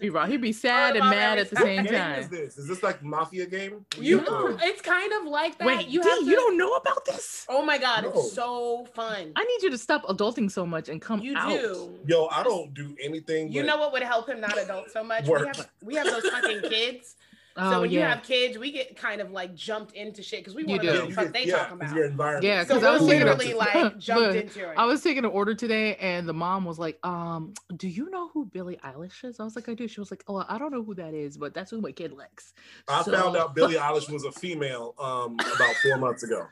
S2: He right. He'd be sad and
S3: about
S2: mad
S3: every
S2: at the
S3: time.
S2: same
S1: What game is
S2: time.
S1: this? Is this like mafia game?
S3: you
S1: No.
S3: it's kind of like that.
S2: Wait,
S3: you
S2: you,
S3: have to,
S2: you don't know about this?
S3: Oh my god,
S1: No.
S3: it's so fun.
S2: I need you to stop adulting so much and come
S3: you
S2: out.
S3: do.
S1: Yo, I don't do anything.
S3: You
S1: but-
S3: know what would help him not adult so much? We
S1: Work.
S3: have we have those fucking kids.
S2: Oh
S3: so when you
S2: yeah,
S3: have kids, we get kind of like jumped into shit because we
S2: You
S3: want
S2: do.
S3: to know
S1: yeah,
S3: what
S1: you
S3: the fuck
S1: get,
S3: they
S1: yeah,
S3: talking
S1: 'cause
S3: about.
S1: Your environment.
S2: Yeah,
S3: so
S2: 'cause I
S3: we're
S2: was thinking about
S3: literally
S2: this.
S3: like jumped
S2: But
S3: into it.
S2: I was taking an order today, and the mom was like, "Um, do you know who Billie Eilish is?" I was like, "I do." She was like, "Oh, I don't know who that is, but that's who my kid likes."
S1: I
S2: So-
S1: found out Billie Eilish was a female um, about four months ago.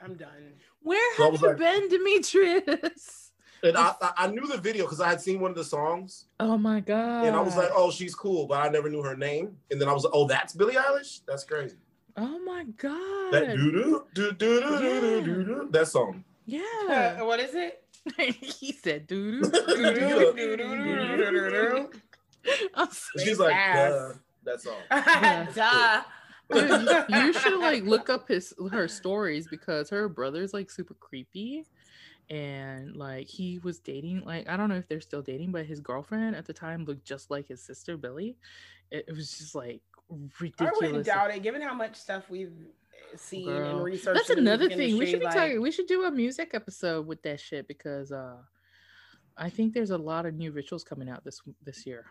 S3: I'm done.
S2: Where
S1: So I
S2: have
S1: was
S2: you
S1: like-
S2: been, Demetrius?
S1: And I, I- I knew the video because I had seen one of the songs,
S2: Oh my god!
S1: and I was like, "Oh, she's cool," but I never knew her name. And then I was like, "Oh, that's Billie Eilish. That's crazy."
S2: "Oh my god!"
S3: Hmm.
S1: That doo doo doo doo doo doo doo doo. That song.
S2: yeah,
S3: Uh, what is it?
S2: he said, "Doo
S1: And
S3: They
S1: she's like,
S3: fast.
S1: "Duh." That song.
S3: Duh.
S2: Dude, you, you should like look up his her stories because her brother's like super creepy and like he was dating like I don't know if they're still dating but his girlfriend at the time looked just like his sister Billy. It, it was just like
S3: I wouldn't
S2: ridiculous.
S3: doubt it, given how much stuff we've seen and
S2: Girl.
S3: researched.
S2: That's
S3: in the
S2: another
S3: music
S2: thing. We
S3: industry,
S2: should be
S3: like,
S2: talking we should do a music episode with that shit because uh I think there's a lot of new rituals coming out this this year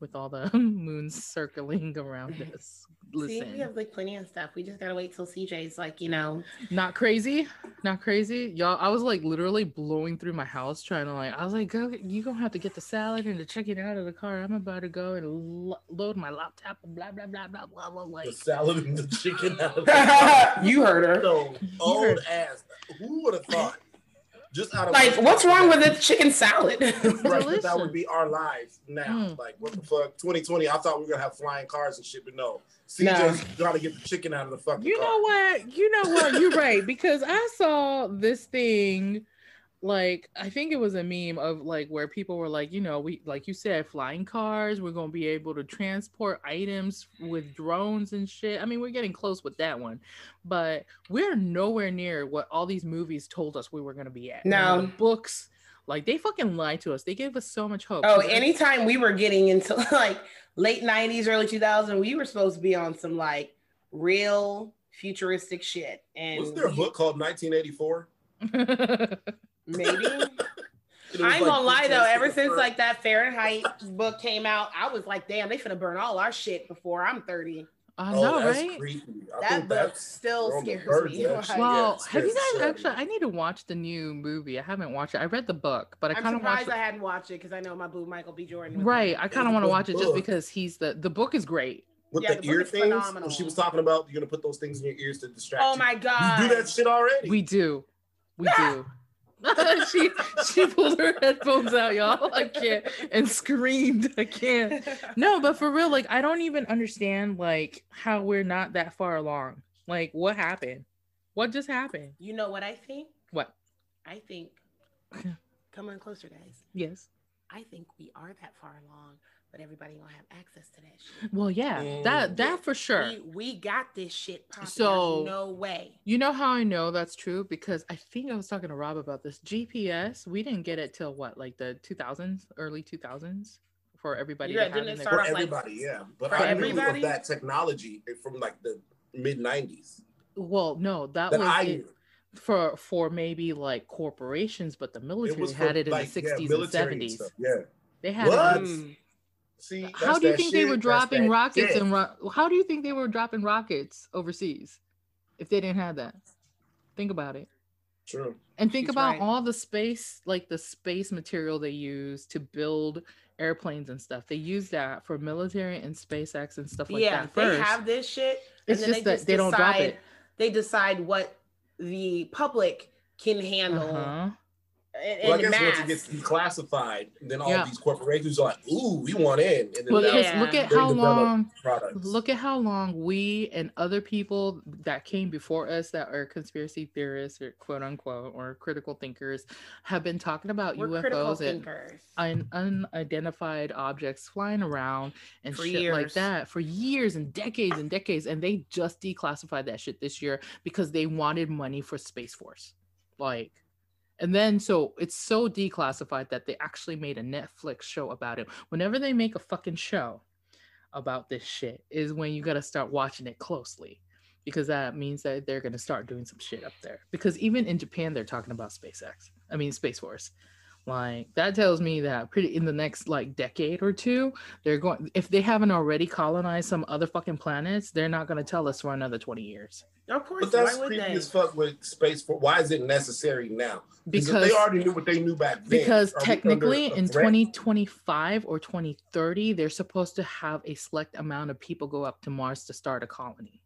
S2: with all the moons circling around us. Listen.
S3: See, we have like plenty of stuff. We just gotta wait till CJ's like, you know,
S2: not crazy not crazy y'all i was like literally blowing through my house trying to like i was like go get- you gonna have to get the salad and the chicken out of the car i'm about to go and lo- load my laptop and blah blah blah blah blah blah like
S1: The salad and the chicken. out of the-
S3: you heard her.
S1: So old ass. who would have thought? Just out of
S3: Like, what's wrong with a chicken salad?
S1: Right, but that
S2: Delicious.
S1: would be our life now.
S3: Hmm.
S2: Mm.
S1: Like, what the fuck? 2020, I thought we were gonna have flying cars and shit, but no.
S3: No.
S1: CJ's gotta get the chicken out of the fucking
S2: You
S1: car.
S2: know what? You know what? You're right because I saw this thing like I think it was a meme of like where people were like, you know, we like you said flying cars, we're going to be able to transport items with drones and shit. I mean, we're getting close with that one, but we're nowhere near what all these movies told us we were going to be at.
S3: No.
S2: the books like they fucking lied to us. They gave us so much hope.
S3: Oh,
S2: 'Cause I-
S3: anytime we were getting into like late 90s, early 2000s, we were supposed to be on some like real futuristic shit. And
S1: was there a book called 1984?
S3: maybe.
S1: It was
S3: I ain't
S1: like
S3: gonna lie though,
S1: futuristic
S3: ever
S1: and
S3: since
S1: fur-
S3: like that Fahrenheit book came out, I was like, damn, they finna burn all our shit before I'm 30.
S2: I
S1: oh,
S2: know,
S1: that's
S2: right?
S1: creepy. I
S3: That
S1: think
S3: book
S1: that's we're
S3: still
S1: on the
S3: scares
S1: verge
S3: me.
S1: of that shit.
S3: Like,
S1: Yeah,
S2: Well,
S1: it's
S2: have you
S1: scary
S2: guys
S1: shit.
S2: actually? I need to watch the new movie. I haven't watched it. I read the book, but I
S3: I'm
S2: kind of watched.
S3: surprised
S2: it.
S3: I hadn't watched it because I know my boo Michael B. Jordan. was in
S2: Right,
S3: it.
S2: I kind
S1: the
S2: of want to
S1: book-
S2: watch it just
S1: book.
S2: because he's the the book is great.
S1: with
S3: Yeah,
S1: the,
S3: the book
S1: ear
S3: is
S1: things
S3: phenomenal.
S1: when she was talking about you're gonna put those things in your ears to distract
S3: Oh
S1: you.
S3: my god.
S1: You do that shit already.
S2: We do, we do. she she pulled her headphones out, y'all. I can't and screamed. I can't. No, but for real, like I don't even understand like how we're not that far along. Like what happened? What just happened?
S3: you know what I think?
S2: What?
S3: I think come on closer, guys.
S2: Yes.
S3: I think we are that far along, but everybody gonna have access to that shit.
S2: Well, yeah,
S1: Mm.
S2: that that for sure.
S3: We, we got this shit popping.
S2: So-
S3: There's no way.
S2: You know how I know that's true because I think I was talking to Rob about this GPS. We didn't get it till what, like the 2000s, early 2000s, for everybody.
S3: Yeah,
S2: to have
S3: didn't
S2: in
S3: it
S2: their-
S3: start
S1: for
S3: off, like,
S1: everybody, yeah. But
S3: for
S1: I knew
S3: everybody?
S1: of that technology from like the mid '90s
S2: well, no, that,
S1: that
S2: was
S1: I
S2: it
S1: knew.
S2: for for maybe like corporations, but the military
S1: was
S2: had
S1: for,
S2: it in
S1: like,
S2: the
S1: yeah,
S2: 60s and
S1: military
S2: 70s.
S1: stuff, Yeah.
S2: They had.
S1: What?
S2: It
S1: Mm.
S2: in-
S1: See,
S2: how
S1: that's
S2: do you
S1: that
S2: think they
S1: shit,
S2: were
S1: that's
S2: dropping
S1: that
S2: rockets
S1: shit.
S2: and ro- how do you think they were dropping rockets overseas if they didn't have that? Think about it.
S1: True.
S2: And think
S3: She's
S2: about
S3: right.
S2: all the space, like the space material they use to build airplanes and stuff. They use that for military and SpaceX and stuff like
S3: yeah,
S2: that.
S3: they
S2: First,
S3: have this shit.
S2: it's
S3: then
S2: just that they don't drop
S3: decide-
S2: it.
S3: They decide what the public can handle
S2: Uh-huh.
S3: and,
S1: Well, I
S3: and the
S1: guess once it
S3: mass.
S1: gets declassified, then all
S2: Yeah.
S1: these corporations are like, "Ooh, we want in," and then
S2: Well,
S1: now
S2: because
S3: Yeah.
S2: look at
S1: they
S2: how
S1: develop
S2: long
S1: products.
S2: Look at how long we and other people that came before us that are conspiracy theorists or quote unquote or critical thinkers have been talking about
S3: We're critical
S2: UFOs and
S3: thinkers.
S2: un- unidentified objects flying around and
S3: For
S2: shit like
S3: years.
S2: that for years and decades and decades. And they just declassified that shit this year because they wanted money for Space Force. Like, and then so it's so declassified that they actually made a Netflix show about it. Whenever they make a fucking show about this shit, is when you gotta start watching it closely. Because that means that they're gonna start doing some shit up there. Because even in Japan, they're talking about SpaceX. I mean, Space Force. Like that tells me that pretty in the next like decade or two, they're going if they haven't already colonized some other fucking planets, they're not gonna tell us for another 20 years.
S3: Of course,
S1: But that's
S3: why would
S1: creepy
S3: they?
S1: as fuck with space for. Why is it necessary now? Because
S2: Because
S1: they already knew what they knew back then.
S2: because
S1: Are we under
S2: technically
S1: a
S2: in
S1: threat?
S2: 2025 or 2030 they're supposed to have a select amount of people go up to mars to start a colony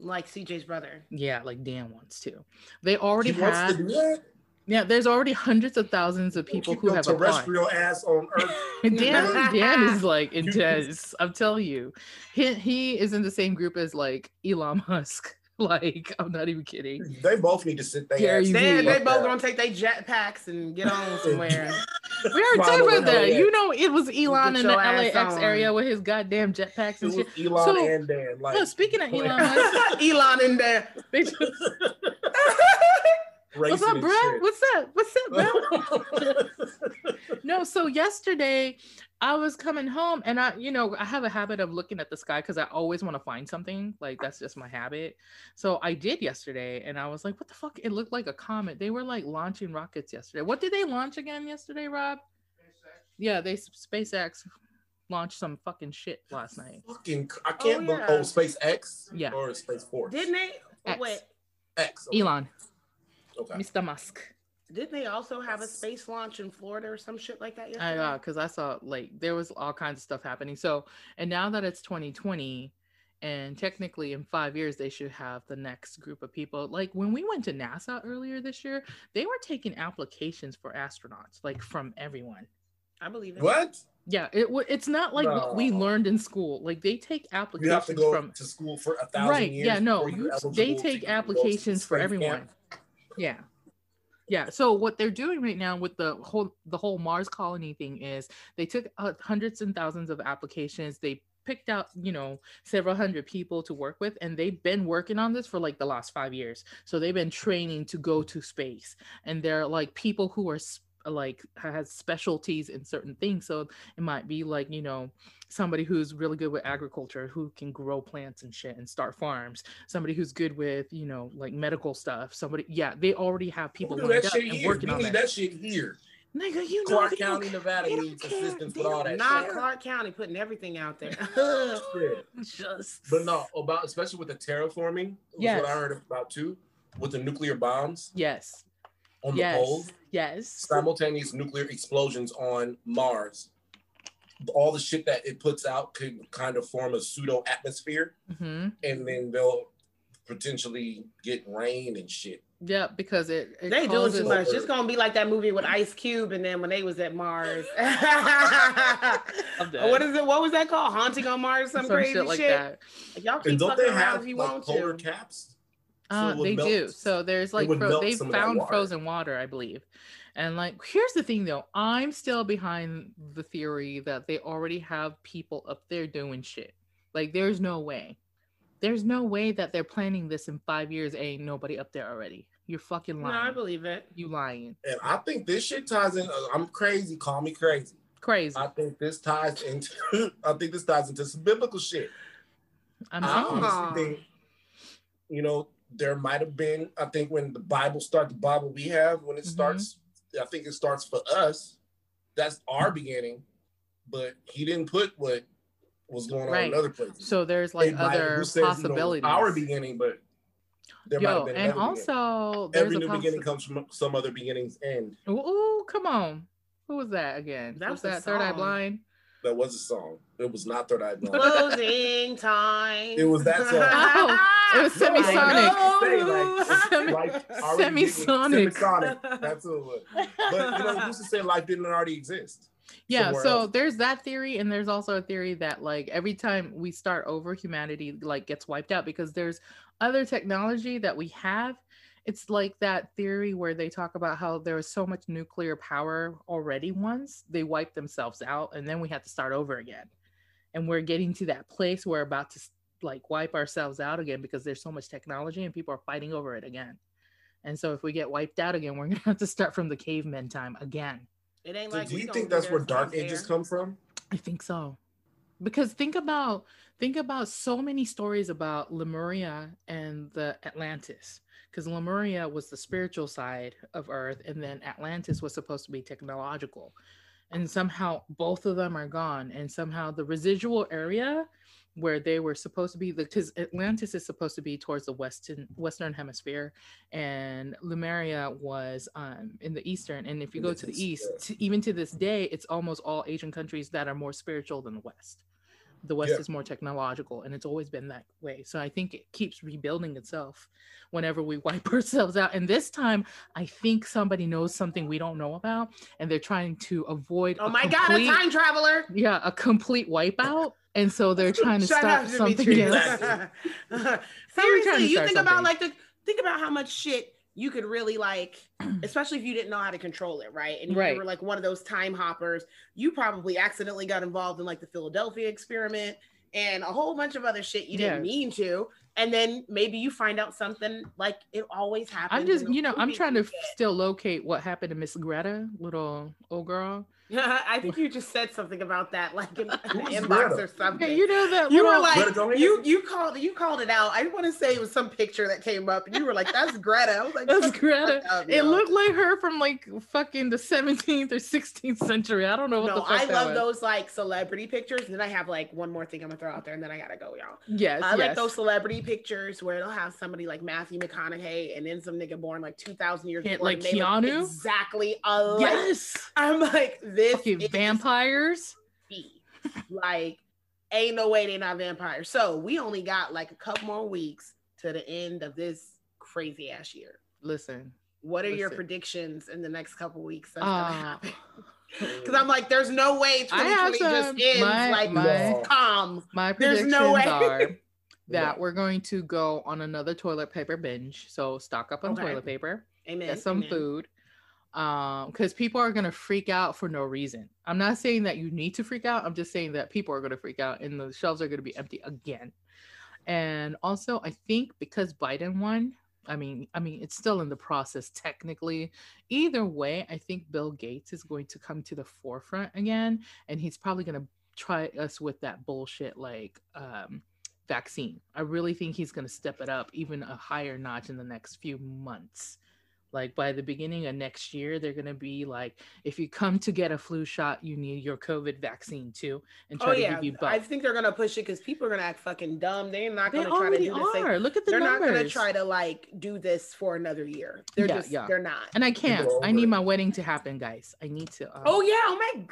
S3: Like CJ's brother.
S2: yeah like dan wants to they already
S1: He wants to
S2: have
S1: do that?
S2: yeah there's already hundreds of thousands of people
S1: Keep
S2: who
S1: your
S2: have applied
S1: terrestrial ass on Earth.
S2: Dan, Dan is like
S1: You-
S2: intense. I'm telling you, he he is in the same group as like Elon Musk. Like I'm not even kidding.
S1: they both need to sit
S2: Dare
S1: there.
S2: you.
S3: They, they
S1: Yeah.
S3: both gonna take their jetpacks and get on somewhere.
S2: We already talked
S1: Follow
S2: about that.
S1: LAX.
S2: You know, it was Elon
S3: Get
S2: in the
S3: your ass
S2: LAX
S3: on.
S2: area with his goddamn jetpacks and shit.
S1: Elon
S2: So-
S1: and Dan. Like,
S2: No, speaking of Elon Musk,
S3: Elon in there.
S2: they just,
S1: racing
S2: what's up,
S1: and
S2: bro?
S1: shit.
S2: What's up? What's up, bro? no, so yesterday I was coming home and I, you know, I have a habit of looking at the sky because I always want to find something. Like that's just my habit. So I did yesterday and I was like, what the fuck? It looked like a comet. They were like launching rockets yesterday. What did they launch again yesterday, Rob? Yeah, they SpaceX launched some fucking shit last night.
S1: Fucking, I can't.
S3: Oh,
S1: believe.
S3: yeah.
S1: Oh, SpaceX.
S2: Yeah.
S1: Or Space Force.
S3: Didn't they?
S2: X.
S3: Wait,
S1: X. okay,
S2: Elon,
S1: Okay.
S2: Mr. Musk.
S3: didn't they also have a space launch in Florida or some shit like that
S2: I uh,
S3: yesterday?
S2: know, because I saw like there was all kinds of stuff happening. So, and now that it's 2020, and technically in five years they should have the next group of people like when we went to nasa earlier this year they were taking applications for astronauts like from everyone
S3: I believe it.
S1: What?
S2: yeah it, wa- it's not like what we
S1: No.
S2: learned in school like they take
S1: You have to
S2: applications
S1: go
S2: from
S1: to school for a thousand
S2: Right,
S1: years.
S2: yeah, no,
S1: before you're
S2: you-
S1: eligible
S2: they
S1: to
S2: take
S1: go to
S2: applications for
S1: space
S2: everyone.
S1: camp.
S2: yeah yeah so what they're doing right now with the whole the whole mars colony thing is they took out hundreds and thousands of applications they picked out you know several hundred people to work with and they've been working on this for like the last five years so they've been training to go to space and they're like people who are s- like has specialties in certain things so it might be like you know somebody who's really good with agriculture who can grow plants and shit and start farms somebody who's good with you know like medical stuff somebody yeah they already have people
S1: We do
S2: lined
S1: Oh, that
S2: up
S1: shit
S2: and
S1: here.
S2: working
S1: We
S2: on
S1: need
S2: that.
S1: that shit here.
S2: nigga you know
S1: Clark
S2: they don't
S1: County, Nevada
S3: They don't
S1: needs
S3: care.
S1: assistance
S3: They
S1: with all
S3: don't-
S1: that
S3: Not
S1: shit.
S3: Clark County putting everything out there.
S1: Yeah.
S2: just
S1: But no, about especially with the terraforming, was
S2: Yes.
S1: what I heard about too, with the nuclear bombs
S2: yes
S1: on the
S2: yes
S1: poles,
S2: yes
S1: simultaneous nuclear explosions on Mars. All the shit that it puts out could kind of form a pseudo atmosphere,
S2: hmm
S1: and then they'll potentially get rain and shit.
S2: yeah because it, it
S3: They doing
S2: causes-
S3: too much. It's gonna be like that movie with Ice Cube, and then when they was at Mars.
S2: I'm dead.
S3: what is it? What was that called? Haunting on Mars? Some, crazy shit. Y'all keep
S1: And don't
S3: fucking
S1: they
S3: around
S1: have
S3: if you
S1: like
S3: want
S1: polar
S3: to.
S1: caps?
S2: Uh,
S1: it would
S2: they
S1: melt-
S2: do. So there's like
S1: would
S2: fro-
S1: melt
S2: they've
S1: some of that
S2: found
S1: water.
S2: frozen water, I believe. And like, here's the thing though, I'm still behind the theory that they already have people up there doing shit. Like, there's no way, there's no way that they're planning this in five years. Ain't nobody up there already. You're fucking
S3: No, I
S2: lying.
S3: believe it.
S2: you lying.
S1: And I think this shit ties in. uh, I'm crazy. Call me crazy.
S2: Crazy.
S1: I think this ties into. I think this ties into some biblical shit.
S2: I'm
S1: I
S2: telling you.
S3: Uh-huh.
S1: honestly think, you know, there might have been. I think when the Bible starts, the Bible we have, when it
S2: Mhm.
S1: starts, I think it starts for us. That's our beginning, but he didn't put what was going on in
S2: Right.
S1: other places.
S2: So there's
S1: They
S2: like
S1: might-
S2: other
S1: who says, you know,
S2: possibilities.
S1: our beginning, but there might have
S2: Yo,
S1: been
S2: and
S1: another beginning.
S2: also there's
S1: every
S2: a
S1: new
S2: possi-
S1: beginning comes from some other beginning's end.
S2: Ooh, come on. Who was that again?
S3: That
S2: was
S3: was a
S2: that Third Eye
S3: song.
S2: Blind?
S1: That was a song. It was not Third Eye Blind.
S3: Closing time.
S1: It was that song.
S2: Oh, it was
S1: No, I
S2: Semisonic.
S1: know.
S2: Semi-
S1: Like, already beginning-
S2: Semisonic.
S1: Semisonic. That's what it was. But you know, who's to say life didn't already exist?
S2: yeah
S1: somewhere
S2: so
S1: else.
S2: there's that theory and there's also a theory that like every time we start over humanity like gets wiped out because there's other technology that we have it's like that theory where they talk about how there was so much nuclear power already once they wiped themselves out and then we had to start over again and we're getting to that place we're about to like wipe ourselves out again because there's so much technology and people are fighting over it again and so if we get wiped out again we're gonna have to start from the caveman time again
S3: It ain't
S1: So
S3: like
S1: do
S3: we
S1: you
S3: gonna
S1: think
S3: be
S1: that's
S3: there
S1: where Dark
S3: someday.
S1: Ages come from?
S2: I think so. Because think about think about so many stories about Lemuria and the Atlantis. Because Lemuria was the spiritual side of Earth, and then Atlantis was supposed to be technological. And somehow both of them are gone. And somehow the residual area where they were supposed to be because Atlantis is supposed to be towards the western western hemisphere and Lemuria was um in the eastern and if you
S1: In
S2: go
S1: the
S2: to the
S1: east,
S2: east
S1: yeah.
S2: to, even to this day it's almost all Asian countries that are more spiritual than the west the west
S1: Yeah.
S2: is more technological and it's always been that way so i think it keeps rebuilding itself whenever we wipe ourselves out and this time i think somebody knows something we don't know about and they're trying to avoid
S3: Oh
S2: a
S3: my god, a
S2: complete-
S3: time traveler.
S2: yeah a complete wipeout and so they're trying to
S3: Shut
S2: stop
S3: up,
S2: something
S3: Demetrius.
S2: else trying to
S3: Seriously, you
S2: start
S3: think about
S2: something.
S3: like the think about how much shit you could really like, especially if you didn't know how to control it, right? And if
S2: Right.
S3: you were like one of those time hoppers, you probably accidentally got involved in like the Philadelphia experiment and a whole bunch of other shit you didn't
S2: Yes.
S3: mean to. And then maybe you find out something like it always happens.
S2: i'm just you know i'm trying to still locate what happened to miss greta little old girl
S3: I think you just said something about that, like in,
S1: Who's
S3: in the inbox
S1: Greta?
S3: or something.
S2: okay you know that
S3: you were
S2: little-
S1: Greta Garbo?
S3: like you you called you called it out. I want to say it was some picture that came up, and you were like, "That's Greta." I was like,
S2: That's
S3: "Shut the
S2: Greta.
S3: fuck up,
S2: it
S3: yo."
S2: looked like her from like fucking the 17th or 16th century i don't know what the
S3: No,
S2: fuck
S3: I
S2: that
S3: love
S2: was.
S3: those like celebrity pictures. And then I have like one more thing I'm gonna throw out there, and then I gotta go, y'all.
S2: yes
S3: I like
S2: yes.
S3: those celebrity pictures where it'll have somebody like Matthew McConaughey, and then some nigga born like 2,000 years
S2: Yeah,
S3: before,
S2: like
S3: and they look
S2: Keanu?
S3: exactly alike.
S2: yes
S3: I'm like this
S2: fucking
S3: is
S2: vampires
S3: me. Like Ain't no way they not vampires. So we only got like a couple more weeks to the end of this crazy ass year.
S2: Listen,
S3: What are your
S2: Listen.
S3: predictions in the next couple weeks? That's gonna
S2: uh,
S3: happen. Because I'm like, there's no way
S2: I have
S3: 2020 just
S2: some-
S3: ends
S2: my-
S3: like
S1: my-
S3: calm.
S2: my
S3: There's
S2: predictions
S3: no way.
S2: are that
S1: Yeah.
S2: we're going to go on another toilet paper binge. So stock up on
S3: Okay. Mm-hmm.
S2: toilet paper.
S3: Amen.
S2: get some
S3: Amen.
S2: food um because people are gonna freak out for no reason i'm not saying that you need to freak out i'm just saying that people are gonna freak out and the shelves are gonna be empty again and also i think because biden won i mean i mean it's still in the process technically either way i think bill gates is going to come to the forefront again and he's probably gonna try us with that bullshit like um vaccine i really think he's gonna step it up even a higher notch in the next few months like by the beginning of next year they're going to be like if you come to get a flu shot you need your covid vaccine too and try
S3: Oh
S2: to
S3: yeah,
S2: give you
S3: I
S2: both
S3: think they're gonna push it because people are gonna act fucking dumb. They're not
S2: they
S3: gonna try to
S2: already
S3: do the same.
S2: are look at the
S3: They're
S2: numbers
S3: not gonna try to like do this for another year. They're
S2: Yeah,
S3: just
S2: yeah.
S3: they're not.
S2: and i can't
S1: People are
S2: i need
S1: over it.
S2: my wedding to happen guys i need to um,
S3: Oh yeah, oh my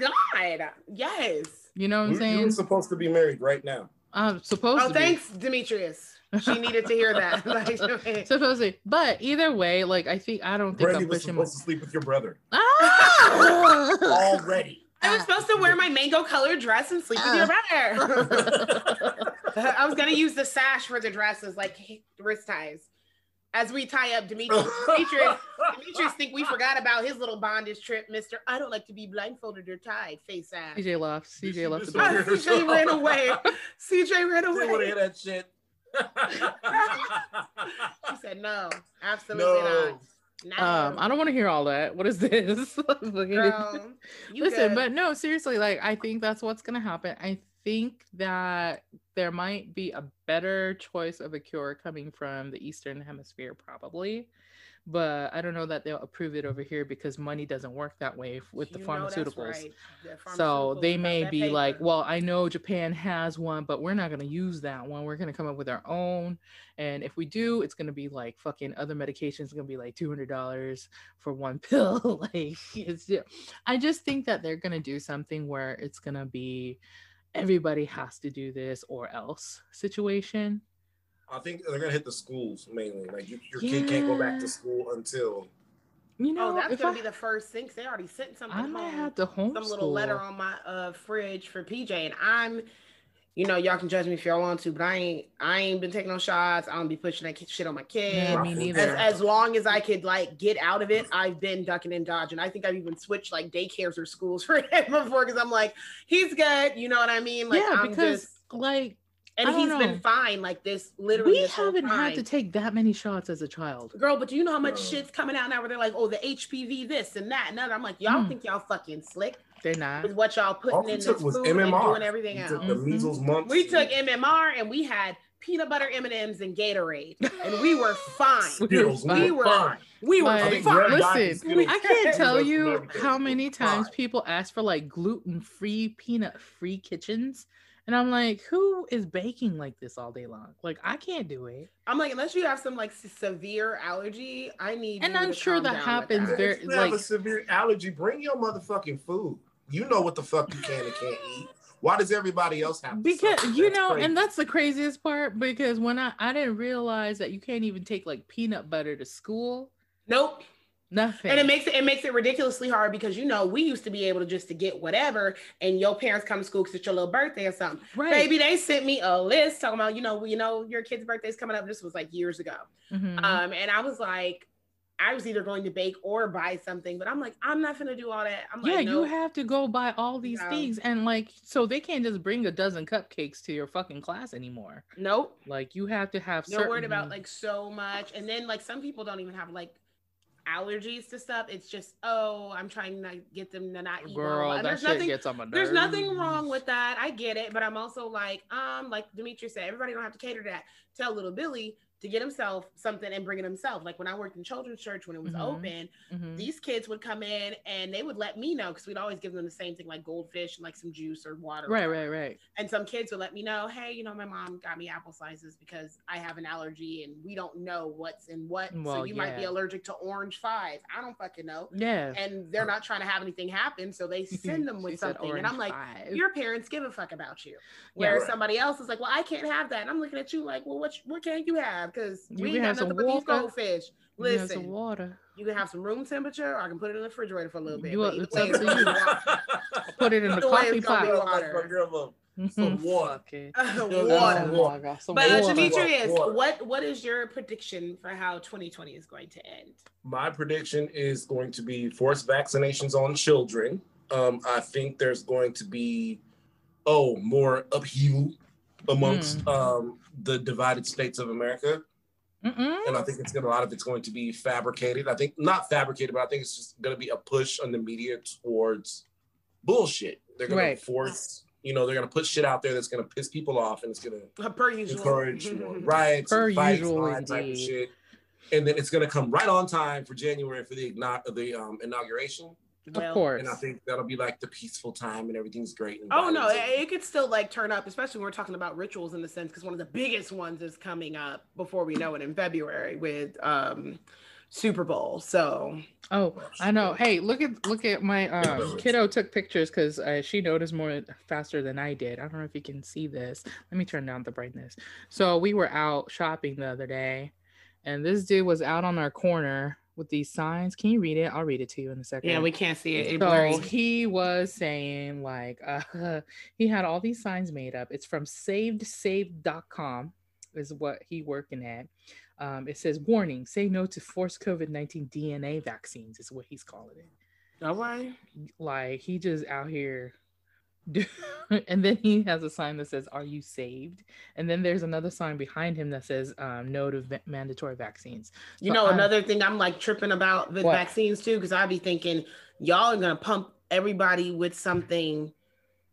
S3: god. Yes.
S2: you know what i'm
S1: You- You
S2: saying Uh,
S1: were supposed to be married right now.
S2: i'm supposed
S3: Oh
S2: to
S3: thanks, Demetrius. She needed to hear that. Like,
S2: be supposedly but either way like i think i don't think
S1: Brandy
S2: i'm
S1: was
S2: pushing my-
S1: supposed to sleep with your brother
S2: Ah!
S1: already.
S3: I was supposed to wear my mango colored dress and sleep with your brother. Uh. I was gonna use the sash for the dresses, like wrist ties. As we tie up Demetrius, Demetrius, Demetrius think we forgot about his little bondage trip, Mister. I don't like to be blindfolded or tied, face ass.
S2: cj left cj left the
S1: This is weird.
S2: building.
S3: CJ ran away. CJ ran
S1: They would
S3: away.
S1: have that shit.
S3: She said, "No, absolutely
S1: no.
S3: not." Not
S2: um i don't want to hear all that what is this
S3: girl. You
S2: Listen,
S3: good.
S2: but no, seriously, like I think that's what's gonna happen. I think that there might be a better choice of a cure coming from the Eastern Hemisphere, probably. But I don't know that they'll approve it over here because money doesn't work that way f- with the
S3: You know that's
S2: pharmaceuticals.
S3: right. The
S2: So they
S3: pharmaceuticals
S2: may
S3: got
S2: be
S3: that
S2: like,
S3: paper.
S2: well, I know Japan has one, but we're not going to use that one. We're going to come up with our own. And if we do, it's going to be like fucking other medications going to be like $200 for one pill. like it's ju- I just think that they're going to do something where it's going to be everybody has to do this or else situation.
S1: I think they're gonna hit the schools mainly. Like you, your kid can't go back
S2: Yeah.
S1: to school until
S2: You know,
S3: "Oh, that's
S2: if
S3: gonna
S2: I,
S3: be the first thing." 'cause They already sent something.
S2: I might
S3: home.
S2: have to homeschool.
S3: some little letter on my uh fridge for PJ, and I'm, you know, y'all can judge me if y'all want to, but I ain't, I ain't been taking no shots. I don't be pushing that ki- shit on my
S2: yeah,
S3: kids.
S2: me
S1: As-
S3: As,
S2: neither.
S3: as long as I could like get out of it, I've been ducking and dodging. I think I've even switched like daycares or schools for him before because I'm like, he's good. You know what I mean? Like,
S2: yeah,
S3: I'm
S2: because
S3: just,
S2: like I
S3: and
S2: don't
S3: he's
S2: know.
S3: been fine. Like this, literally,
S2: we
S3: this whole
S2: haven't had
S3: time.
S2: to take that many shots as a child.
S3: Girl, but do you know how much
S1: Girl.
S3: shit's coming out now where they're like, oh, the HPV this and that and that. I'm like, y'all
S2: Mm.
S3: think y'all fucking slick
S2: They're not.
S3: with what y'all putting
S1: all we
S3: in this
S1: took was
S3: food and
S1: MMR.
S3: doing everything
S1: We
S3: else. Mm-hmm.
S1: took the
S2: Mhm.
S1: measles, mumps.
S3: We took MMR and we had peanut butter M&Ms and Gatorade, and we were fine.
S1: Skittles.
S2: We
S1: We were
S3: were-
S1: fine.
S3: We were
S1: I
S2: Like,
S1: think
S3: fine.
S1: Red Dot
S2: listen,
S1: and Skittles
S2: I can't
S1: saved
S2: tell
S1: us from
S2: you
S1: everything.
S2: how many times
S1: Fine.
S2: people ask for like gluten free, peanut free kitchens. And I'm like, who is baking like this all day long? Like, I can't do it.
S3: I'm like, unless you have some like se- severe allergy, I need.
S2: And
S3: you
S2: I'm
S3: to
S2: sure
S3: calm
S2: that
S3: down with
S2: happens
S3: that.
S2: very-
S1: If you have a
S2: like-
S1: severe allergy, bring your motherfucking food. You know what the fuck you can and can't eat. Why does everybody else have to
S2: Because
S1: suffer?
S2: you
S1: That's
S2: know,
S1: crazy.
S2: and that's the craziest part because when I I didn't realize that you can't even take like peanut butter to school,
S3: Nope.
S2: nothing.
S3: And it makes it it makes it ridiculously hard because you know we used to be able to just to get whatever, and your parents come to school because it's your little birthday or something.
S2: right.
S3: Baby, they sent me a list talking about you know you know your kid's birthday's coming up. This was like years ago.
S2: Mhm.
S3: Um, and I was like, I was either going to bake or buy something, but I'm like, I'm not gonna do all that. I'm like,
S2: yeah,
S3: no.
S2: you have to go buy all these
S3: No.
S2: things, and like, so they can't just bring a dozen cupcakes to your fucking class anymore.
S3: nope.
S2: Like, you have to have.
S3: They're worried
S2: certain-
S3: about like so much, and then like some people don't even have like allergies to stuff. It's just oh, I'm trying to get them to not eat. blah, blah,
S2: Girl,
S3: blah. And
S2: that
S3: there's
S2: shit
S3: nothing.
S2: gets on my nerves.
S3: There's nothing wrong with that. I get it, but I'm also like, um, like Demetrius said, everybody don't have to cater to that. Tell little Billy, to get himself something and bring it himself. Like when I worked in children's church when it was
S2: Mhm.
S3: open,
S1: Mm-hmm.
S2: Mhm.
S3: these kids would come in and they would let me know because we'd always give them the same thing like goldfish and like some juice or water. or
S2: Right,
S3: whatever.
S2: right, right.
S3: And some kids would let me know, hey, you know, my mom got me apple slices because I have an allergy and we don't know what's in what. so
S2: Well,
S3: you might be
S2: yeah.
S3: allergic to orange five. I don't fucking know.
S2: Yeah.
S3: And they're not trying to have anything happen. So they send them
S2: She
S3: with
S2: said
S3: something. And I'm
S2: orange
S3: like,
S2: five.
S3: your parents give a fuck about you.
S2: Yeah,
S3: Whereas
S1: right.
S3: somebody else is like, well, I can't have that. And I'm looking at you like, well, what, what can you have? Because
S2: You can
S3: we ain't got
S2: have some
S3: nothing but these
S2: water.
S3: goldfish.
S2: You have some
S3: Listen,
S2: water.
S3: you can have some room temperature or I can put it in the refrigerator for a little bit.
S2: You
S3: but
S2: are-
S3: either
S2: it's
S3: way,
S2: up
S3: it's
S2: to
S3: gonna be
S2: you.
S3: water.
S2: Put it in the
S3: the way
S2: coffee
S3: it's gonna be
S2: pot.
S3: water.
S1: My girl love
S2: Mhm.
S1: some water.
S2: Fuck it.
S3: Water.
S2: Oh my God, some
S3: But uh,
S1: Demetra-
S2: water.
S3: Demetrius,
S1: Water.
S3: what what is your prediction for how 2020 is going to end?
S1: My prediction is going to be forced vaccinations on children. Um, I think there's going to be, oh, more upheaval amongst
S2: Hmm.
S1: um, the divided states of America.
S2: Mm-mm.
S1: And I think it's going to, a lot of it's going to be fabricated. I think, not fabricated, but I think it's just going to be a push on the media towards bullshit. They're going
S2: Right.
S1: to force, you know, they're going to put shit out there that's going to piss people off and it's going to
S3: Per usual.
S1: encourage more riots,
S2: Per
S1: and fights, and
S2: usual,
S1: all that type of
S2: indeed.
S1: shit. And then it's gonna come right on time for January for the igno- the um, inauguration,
S3: Well,
S2: of course.
S1: and I think that'll be like the peaceful time and everything's great. And
S3: Oh no,
S1: violence.
S3: it, it could still like turn up, especially when we're talking about rituals in the sense because one of the biggest ones is coming up before we know it in February with um Super Bowl. So
S2: oh, I know. Hey, look at look at my um, kiddo took pictures because uh, she noticed more faster than I did. I don't know if you can see this. Let me turn down the brightness. So we were out shopping the other day, and this dude was out on our corner with these signs. Can you read it? I'll read it to you in a second.
S3: yeah, we can't see it. it
S2: So
S3: blurry.
S2: he was saying like uh, he had all these signs made up. It's from savedsaved.com is what he working at. Um, it says warning, say no to forced COVID-19 DNA vaccines is what he's calling it.
S3: All right.
S2: Like he just out here and then he has a sign that says are you saved? And then there's another sign behind him that says um, no to va- mandatory vaccines.
S3: You
S2: So
S3: know,
S2: I'm-
S3: another thing I'm like tripping about the
S2: What?
S3: vaccines too, because I'd be thinking y'all are gonna pump everybody with something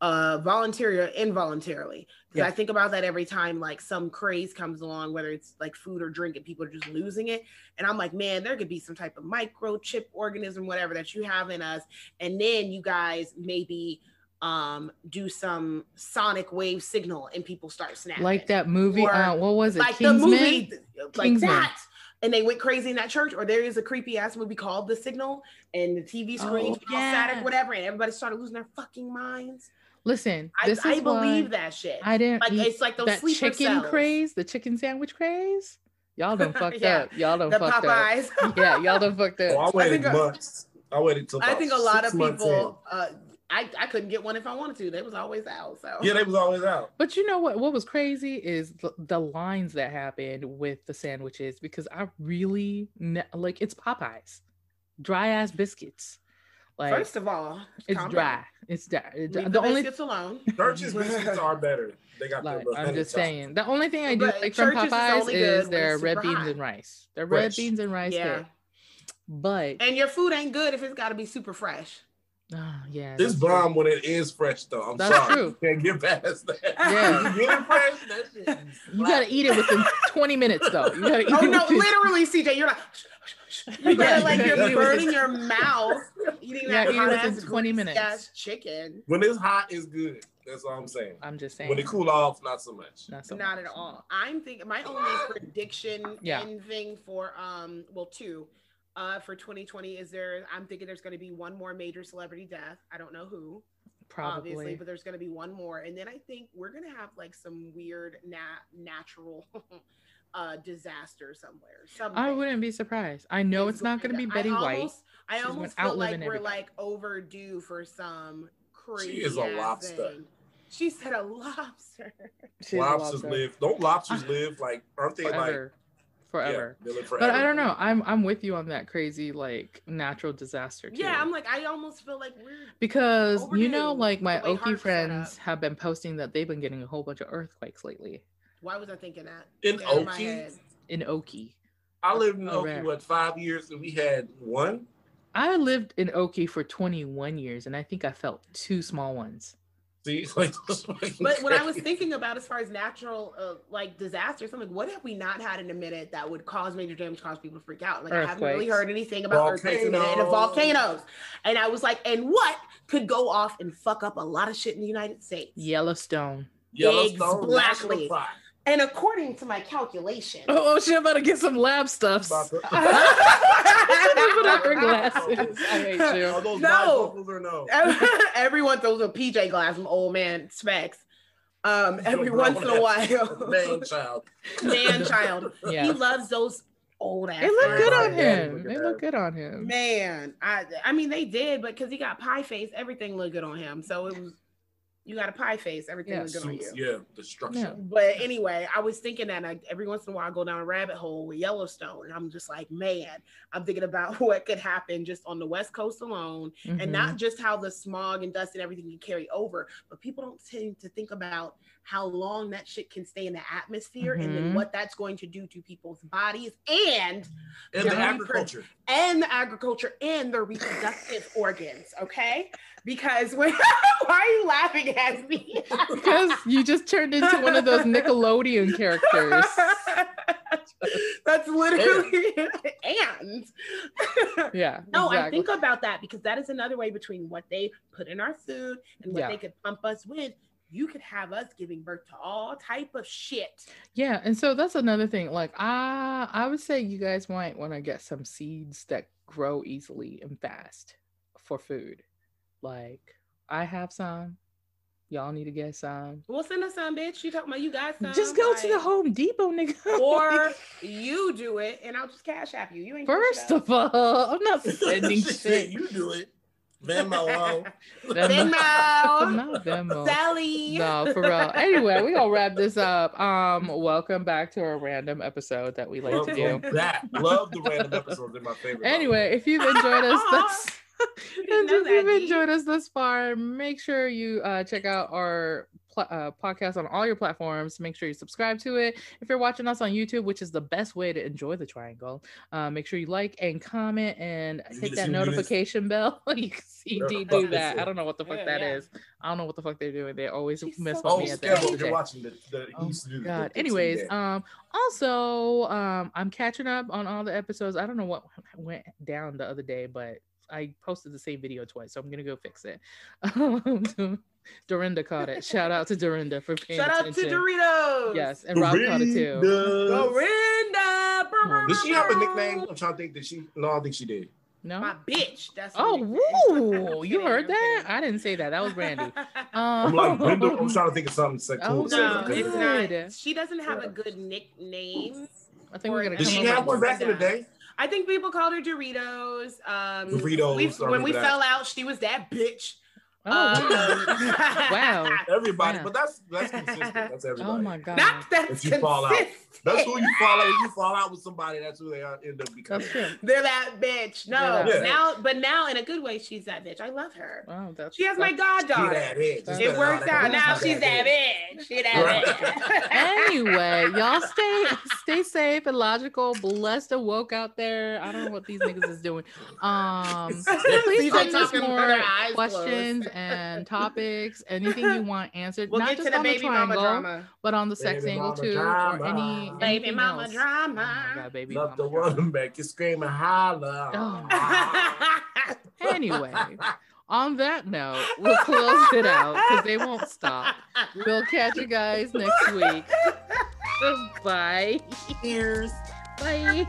S3: uh voluntary or involuntarily. Because
S2: Yeah.
S3: I think about that every time like some craze comes along, whether it's like food or drink, and people are just losing it. And I'm like, man, there could be some type of microchip organism, whatever that you have in us, and then you guys maybe um do some sonic wave signal and people start snapping
S2: Like that movie
S3: Or,
S2: uh, what was it?
S3: like
S2: Kingsman?
S3: the movie th- like
S2: Kingsman.
S3: that and they went crazy in that church or there is a creepy ass movie called the signal and the tv screens
S2: Oh,
S3: were all static
S2: yeah.
S3: whatever and everybody started losing their fucking minds
S2: Listen,
S3: i,
S2: this is
S3: I believe
S2: why
S3: that shit
S2: I didn't
S3: like
S2: eat
S3: it's like those
S2: that
S3: sleeper
S2: chicken
S3: cells.
S2: craze, the chicken sandwich craze. Y'all done fucked
S3: Yeah,
S2: up. Y'all done
S3: the
S2: fucked
S3: popeyes
S2: up. Yeah, y'all done fucked
S1: Oh, I
S2: up.
S1: waited
S3: think a-
S1: months. I waited till
S3: i
S1: about
S3: think a lot
S1: six
S3: of
S1: months
S3: people uh I, I couldn't get one if I wanted to. They was always out. So
S1: in. Yeah, they was always out.
S2: But you know what? What was crazy is the, the lines that happened with the sandwiches because I really ne- like it's Popeyes, dry ass biscuits. Like
S3: first of all,
S2: it's
S3: calm
S2: dry.
S3: down.
S2: It's dry. It's dry.
S3: Leave
S2: The only
S3: biscuits alone.
S1: Churches biscuits are better. They got their
S2: like
S1: little
S2: I'm
S1: honey
S2: just
S1: top.
S2: saying. The only thing I do
S3: But
S2: like from
S3: churches is
S2: Popeyes
S3: only good
S2: is
S3: when
S2: their
S3: it's
S2: red
S3: super
S2: beans
S3: hot.
S2: and rice. Their red
S1: Fresh.
S2: beans and rice.
S3: Yeah,
S2: Yeah. But
S3: and your food ain't good if it's got to be super fresh.
S2: oh, yeah,
S1: This
S2: that's true.
S1: bomb when it is fresh though. I'm
S2: That's
S1: sorry.
S2: true.
S1: You can't get past that.
S2: Yeah.
S1: you get it fresh. That shit. is
S2: You gotta
S1: slap.
S2: eat it within 20 minutes though. You gotta eat
S3: Oh
S2: it
S3: no,
S2: within-
S3: literally, CJ, you're like, you
S2: Yeah,
S3: got like you're
S1: exactly.
S3: burning your mouth eating
S2: Yeah,
S3: that
S2: eat it
S3: hot
S2: within
S3: ass
S2: 20 minutes.
S3: ass chicken.
S1: When it's hot, it's good. That's all I'm saying.
S2: I'm just saying.
S1: When it cool off, not so much.
S2: Not, so
S3: Not
S2: much.
S3: at all. I'm thinking my only prediction
S2: Yeah.
S3: and thing for um well two uh for 2020 is there I'm thinking there's going to be one more major celebrity death. I don't know who obviously,
S2: Probably.
S3: but there's going to be one more and then I think we're going to have like some weird nat- natural uh disaster somewhere.
S2: I
S3: Something.
S2: wouldn't be surprised. I know
S3: is
S2: it's not gonna be
S3: I
S2: Betty White.
S3: almost- I
S2: She's been
S3: almost feel like
S2: outliving
S3: we're
S2: everybody.
S3: like overdue for some crazy.
S1: is a
S3: ass
S1: lobster.
S3: thing. She said a lobster.
S2: She's a
S1: Lobsters
S2: lobster.
S1: live. Don't lobsters live like aren't they like
S2: forever. Forever.
S1: Yeah, they live
S2: But I
S1: forever.
S2: don't know. I'm I'm with you on that crazy like natural disaster too.
S3: yeah, I'm like I almost feel like we're
S2: because you know,
S3: overdue
S2: like my
S3: the way
S2: Oki
S3: Harv's set
S2: friends have been posting that they've been getting a whole bunch of earthquakes lately
S3: why was I thinking that?
S1: In
S3: Yeah, my
S1: Oki?
S3: head.
S2: in Oki.
S1: I lived in
S2: Oh,
S1: Oakland
S2: rare.
S1: what five years and we had one.
S2: I lived in Oki for 21 years and I think I felt two small ones.
S1: See, like,
S3: But what I was thinking about as far as natural uh, like disasters, I'm like, what have we not had in a minute that would cause major damage, cause people to freak out? Like I haven't really
S2: Earthquakes.
S3: heard anything about earthquakes in a minute, and
S1: Volcanoes.
S3: volcanoes. And I was like, and what could go off and fuck up a lot of shit in the United States?
S2: Yellowstone.
S1: Yellowstone
S3: Exactly.
S1: National Park.
S3: And according to my calculation,
S2: Oh, she about to get some lab stuffs.
S1: About the-
S2: Put up her glasses. I hate you.
S1: Are those
S3: No.
S1: black vocals or no?
S3: everyone throws a PJ glass from old man Specs. Um, every
S1: Your
S3: once in a
S1: grown ass
S3: while,
S1: Man, child.
S3: man, child, he
S2: Yeah.
S3: loves those old ass.
S2: They look good on
S1: Everybody daddy
S2: him.
S1: look
S2: They
S1: at
S2: look
S1: that.
S2: good on him.
S3: Man, I I mean they did, but because he got pie face, everything looked good on him. So it was you got a pie face, everything
S2: Yeah,
S3: looked good on you.
S1: Suits, yeah, destruction.
S2: Yeah.
S3: But anyway, I was thinking that like, every once in a while I go down a rabbit hole with Yellowstone, and I'm just like, man, I'm thinking about what could happen just on the West Coast alone,
S2: Mm-hmm.
S3: and not just how the smog and dust and everything can carry over, but people don't tend to think about how long that shit can stay in the atmosphere and then
S2: Mhm.
S3: what that's going to do to people's bodies and
S1: And the
S3: Yeah.
S1: agriculture.
S3: and the agriculture and their reproductive organs, okay? Because when why are you laughing at me?
S2: because you just turned into one of those Nickelodeon characters.
S3: That's literally and
S2: Yeah.
S3: no, I
S2: exactly.
S3: think about that because that is another way between what they put in our food and what
S2: Yeah.
S3: they could pump us with. You could have us giving birth to all type of shit.
S2: Yeah, and so that's another thing. Like I I would say you guys might want to get some seeds that grow easily and fast for food. Like I have some. Y'all need to get some.
S3: Well, send us some, bitch. You talking about you got some?
S2: Just go to the
S3: like,
S2: Home Depot, nigga.
S3: Or you do it, and I'll just cash app you. You ain't pushing
S2: first
S3: up.
S2: of all, I'm not sending
S1: Shit,
S2: shit.
S1: You do it. Van Malone.
S2: Venmo. I'm
S3: Venmo.
S2: not Venmo.
S3: Sally.
S2: No, for real. Anyway, we gonna wrap this up. Um, welcome back to a random episode that we like to do.
S1: Love that. Love the random episodes. They're my favorite.
S2: Anyway, if you've enjoyed us, that's
S3: We didn't
S2: and
S3: know
S2: if
S3: that,
S2: you've
S3: Dee.
S2: enjoyed us thus far, make sure you uh, check out our pl- uh, podcast on all your platforms. Make sure you subscribe to it. If you're watching us on YouTube, which is the best way to enjoy the triangle, uh, make sure you like and comment and
S1: You
S2: hit
S1: can
S2: that
S1: see what it is.
S2: notification bell. you can see
S1: Where the
S2: D
S1: fuck
S2: do
S1: this
S2: that. I
S1: is.
S2: don't know what the fuck
S3: Yeah,
S2: that is.
S3: yeah.
S2: I don't know what the fuck they're doing. They always
S3: She's
S2: mess
S3: so
S2: with
S1: Oh,
S2: me
S3: Yeah,
S2: at that.
S1: Scabble,
S2: DJ.
S1: you're watching the, the he
S2: Oh
S1: used to do the-
S2: God.
S1: the-
S2: Anyways,
S1: yeah.
S2: um, also, um, I'm catching up on all the episodes. I don't know what went down the other day, but I posted the same video twice, so I'm gonna go fix it. Um, Dorinda caught it. Shout out to Dorinda for paying
S3: Shout out to
S2: attention.
S3: Doritos.
S2: Yes, and Rob caught it too.
S1: Dorinda.
S3: Dorinda. Brr, brr,
S1: Did she have a
S3: brr,
S1: nickname?
S3: brr.
S1: I'm trying to think. Did she? No, I don't think she did.
S3: My
S2: No.
S3: bitch. That's her
S2: Oh,
S3: nickname.
S2: woo!
S3: I'm
S2: You
S3: kidding,
S2: heard
S3: I'm
S2: that?
S3: kidding.
S2: I didn't say that. That was Um, Brandy.
S1: I'm like,
S2: Um,
S1: Brenda, I'm trying to think of something sexual.
S2: Oh,
S1: to say.
S3: no,
S1: I couldn't
S3: it's
S1: think.
S3: not.
S2: Good.
S3: She doesn't have a
S1: Yeah.
S3: good nickname.
S2: I think we're gonna.
S1: Did
S2: come
S1: she
S2: up
S1: have
S2: with
S1: one back in the day?
S3: I think people called her Doritos. Um,
S1: Doritos,
S3: we-
S1: I
S3: when
S1: remember
S3: we
S1: that.
S3: fell out, she was that bitch.
S2: Oh,
S3: Um,
S2: Wow.
S1: Everybody,
S2: Yeah.
S1: but that's that's consistent. That's everybody.
S2: oh my god.
S3: Not that
S1: If you fall out.
S3: consistent.
S1: That's who you fall out. If you fall out with somebody, that's who they are, end up becoming.
S2: That's true.
S3: They're that bitch. No,
S1: They're that
S3: now, but now in a good way, she's that bitch. I love her.
S2: Wow, that's
S3: She has my
S1: She
S3: goddaughter.
S1: that bitch.
S2: It
S1: She
S3: It
S1: that
S3: worked
S1: bitch.
S3: out. Now
S1: She
S3: she's that bitch. She that bitch.
S2: anyway, y'all stay stay safe and logical, blessed and woke out there. I don't know what these niggas is doing. Um please
S3: These are
S2: send us
S3: talking with their
S2: more
S3: eyes closed.
S2: questions and topics, anything you want answered.
S3: We'll
S2: Not
S3: get
S2: just
S3: to the
S2: on
S3: baby
S2: the
S3: mama
S2: triangle,
S3: drama.
S2: but on the sex
S1: Baby
S2: angle
S1: mama
S2: too, or any
S1: drama.
S3: Baby
S2: anything
S3: mama
S2: else.
S3: drama.
S2: Oh my God, baby
S1: Love the
S2: mama
S1: one
S2: drama.
S1: who make you scream and holler.
S2: Oh, Anyway, on that note, we'll close it out because they won't stop. We'll catch you guys next week. Bye.
S1: Ears.
S2: Bye.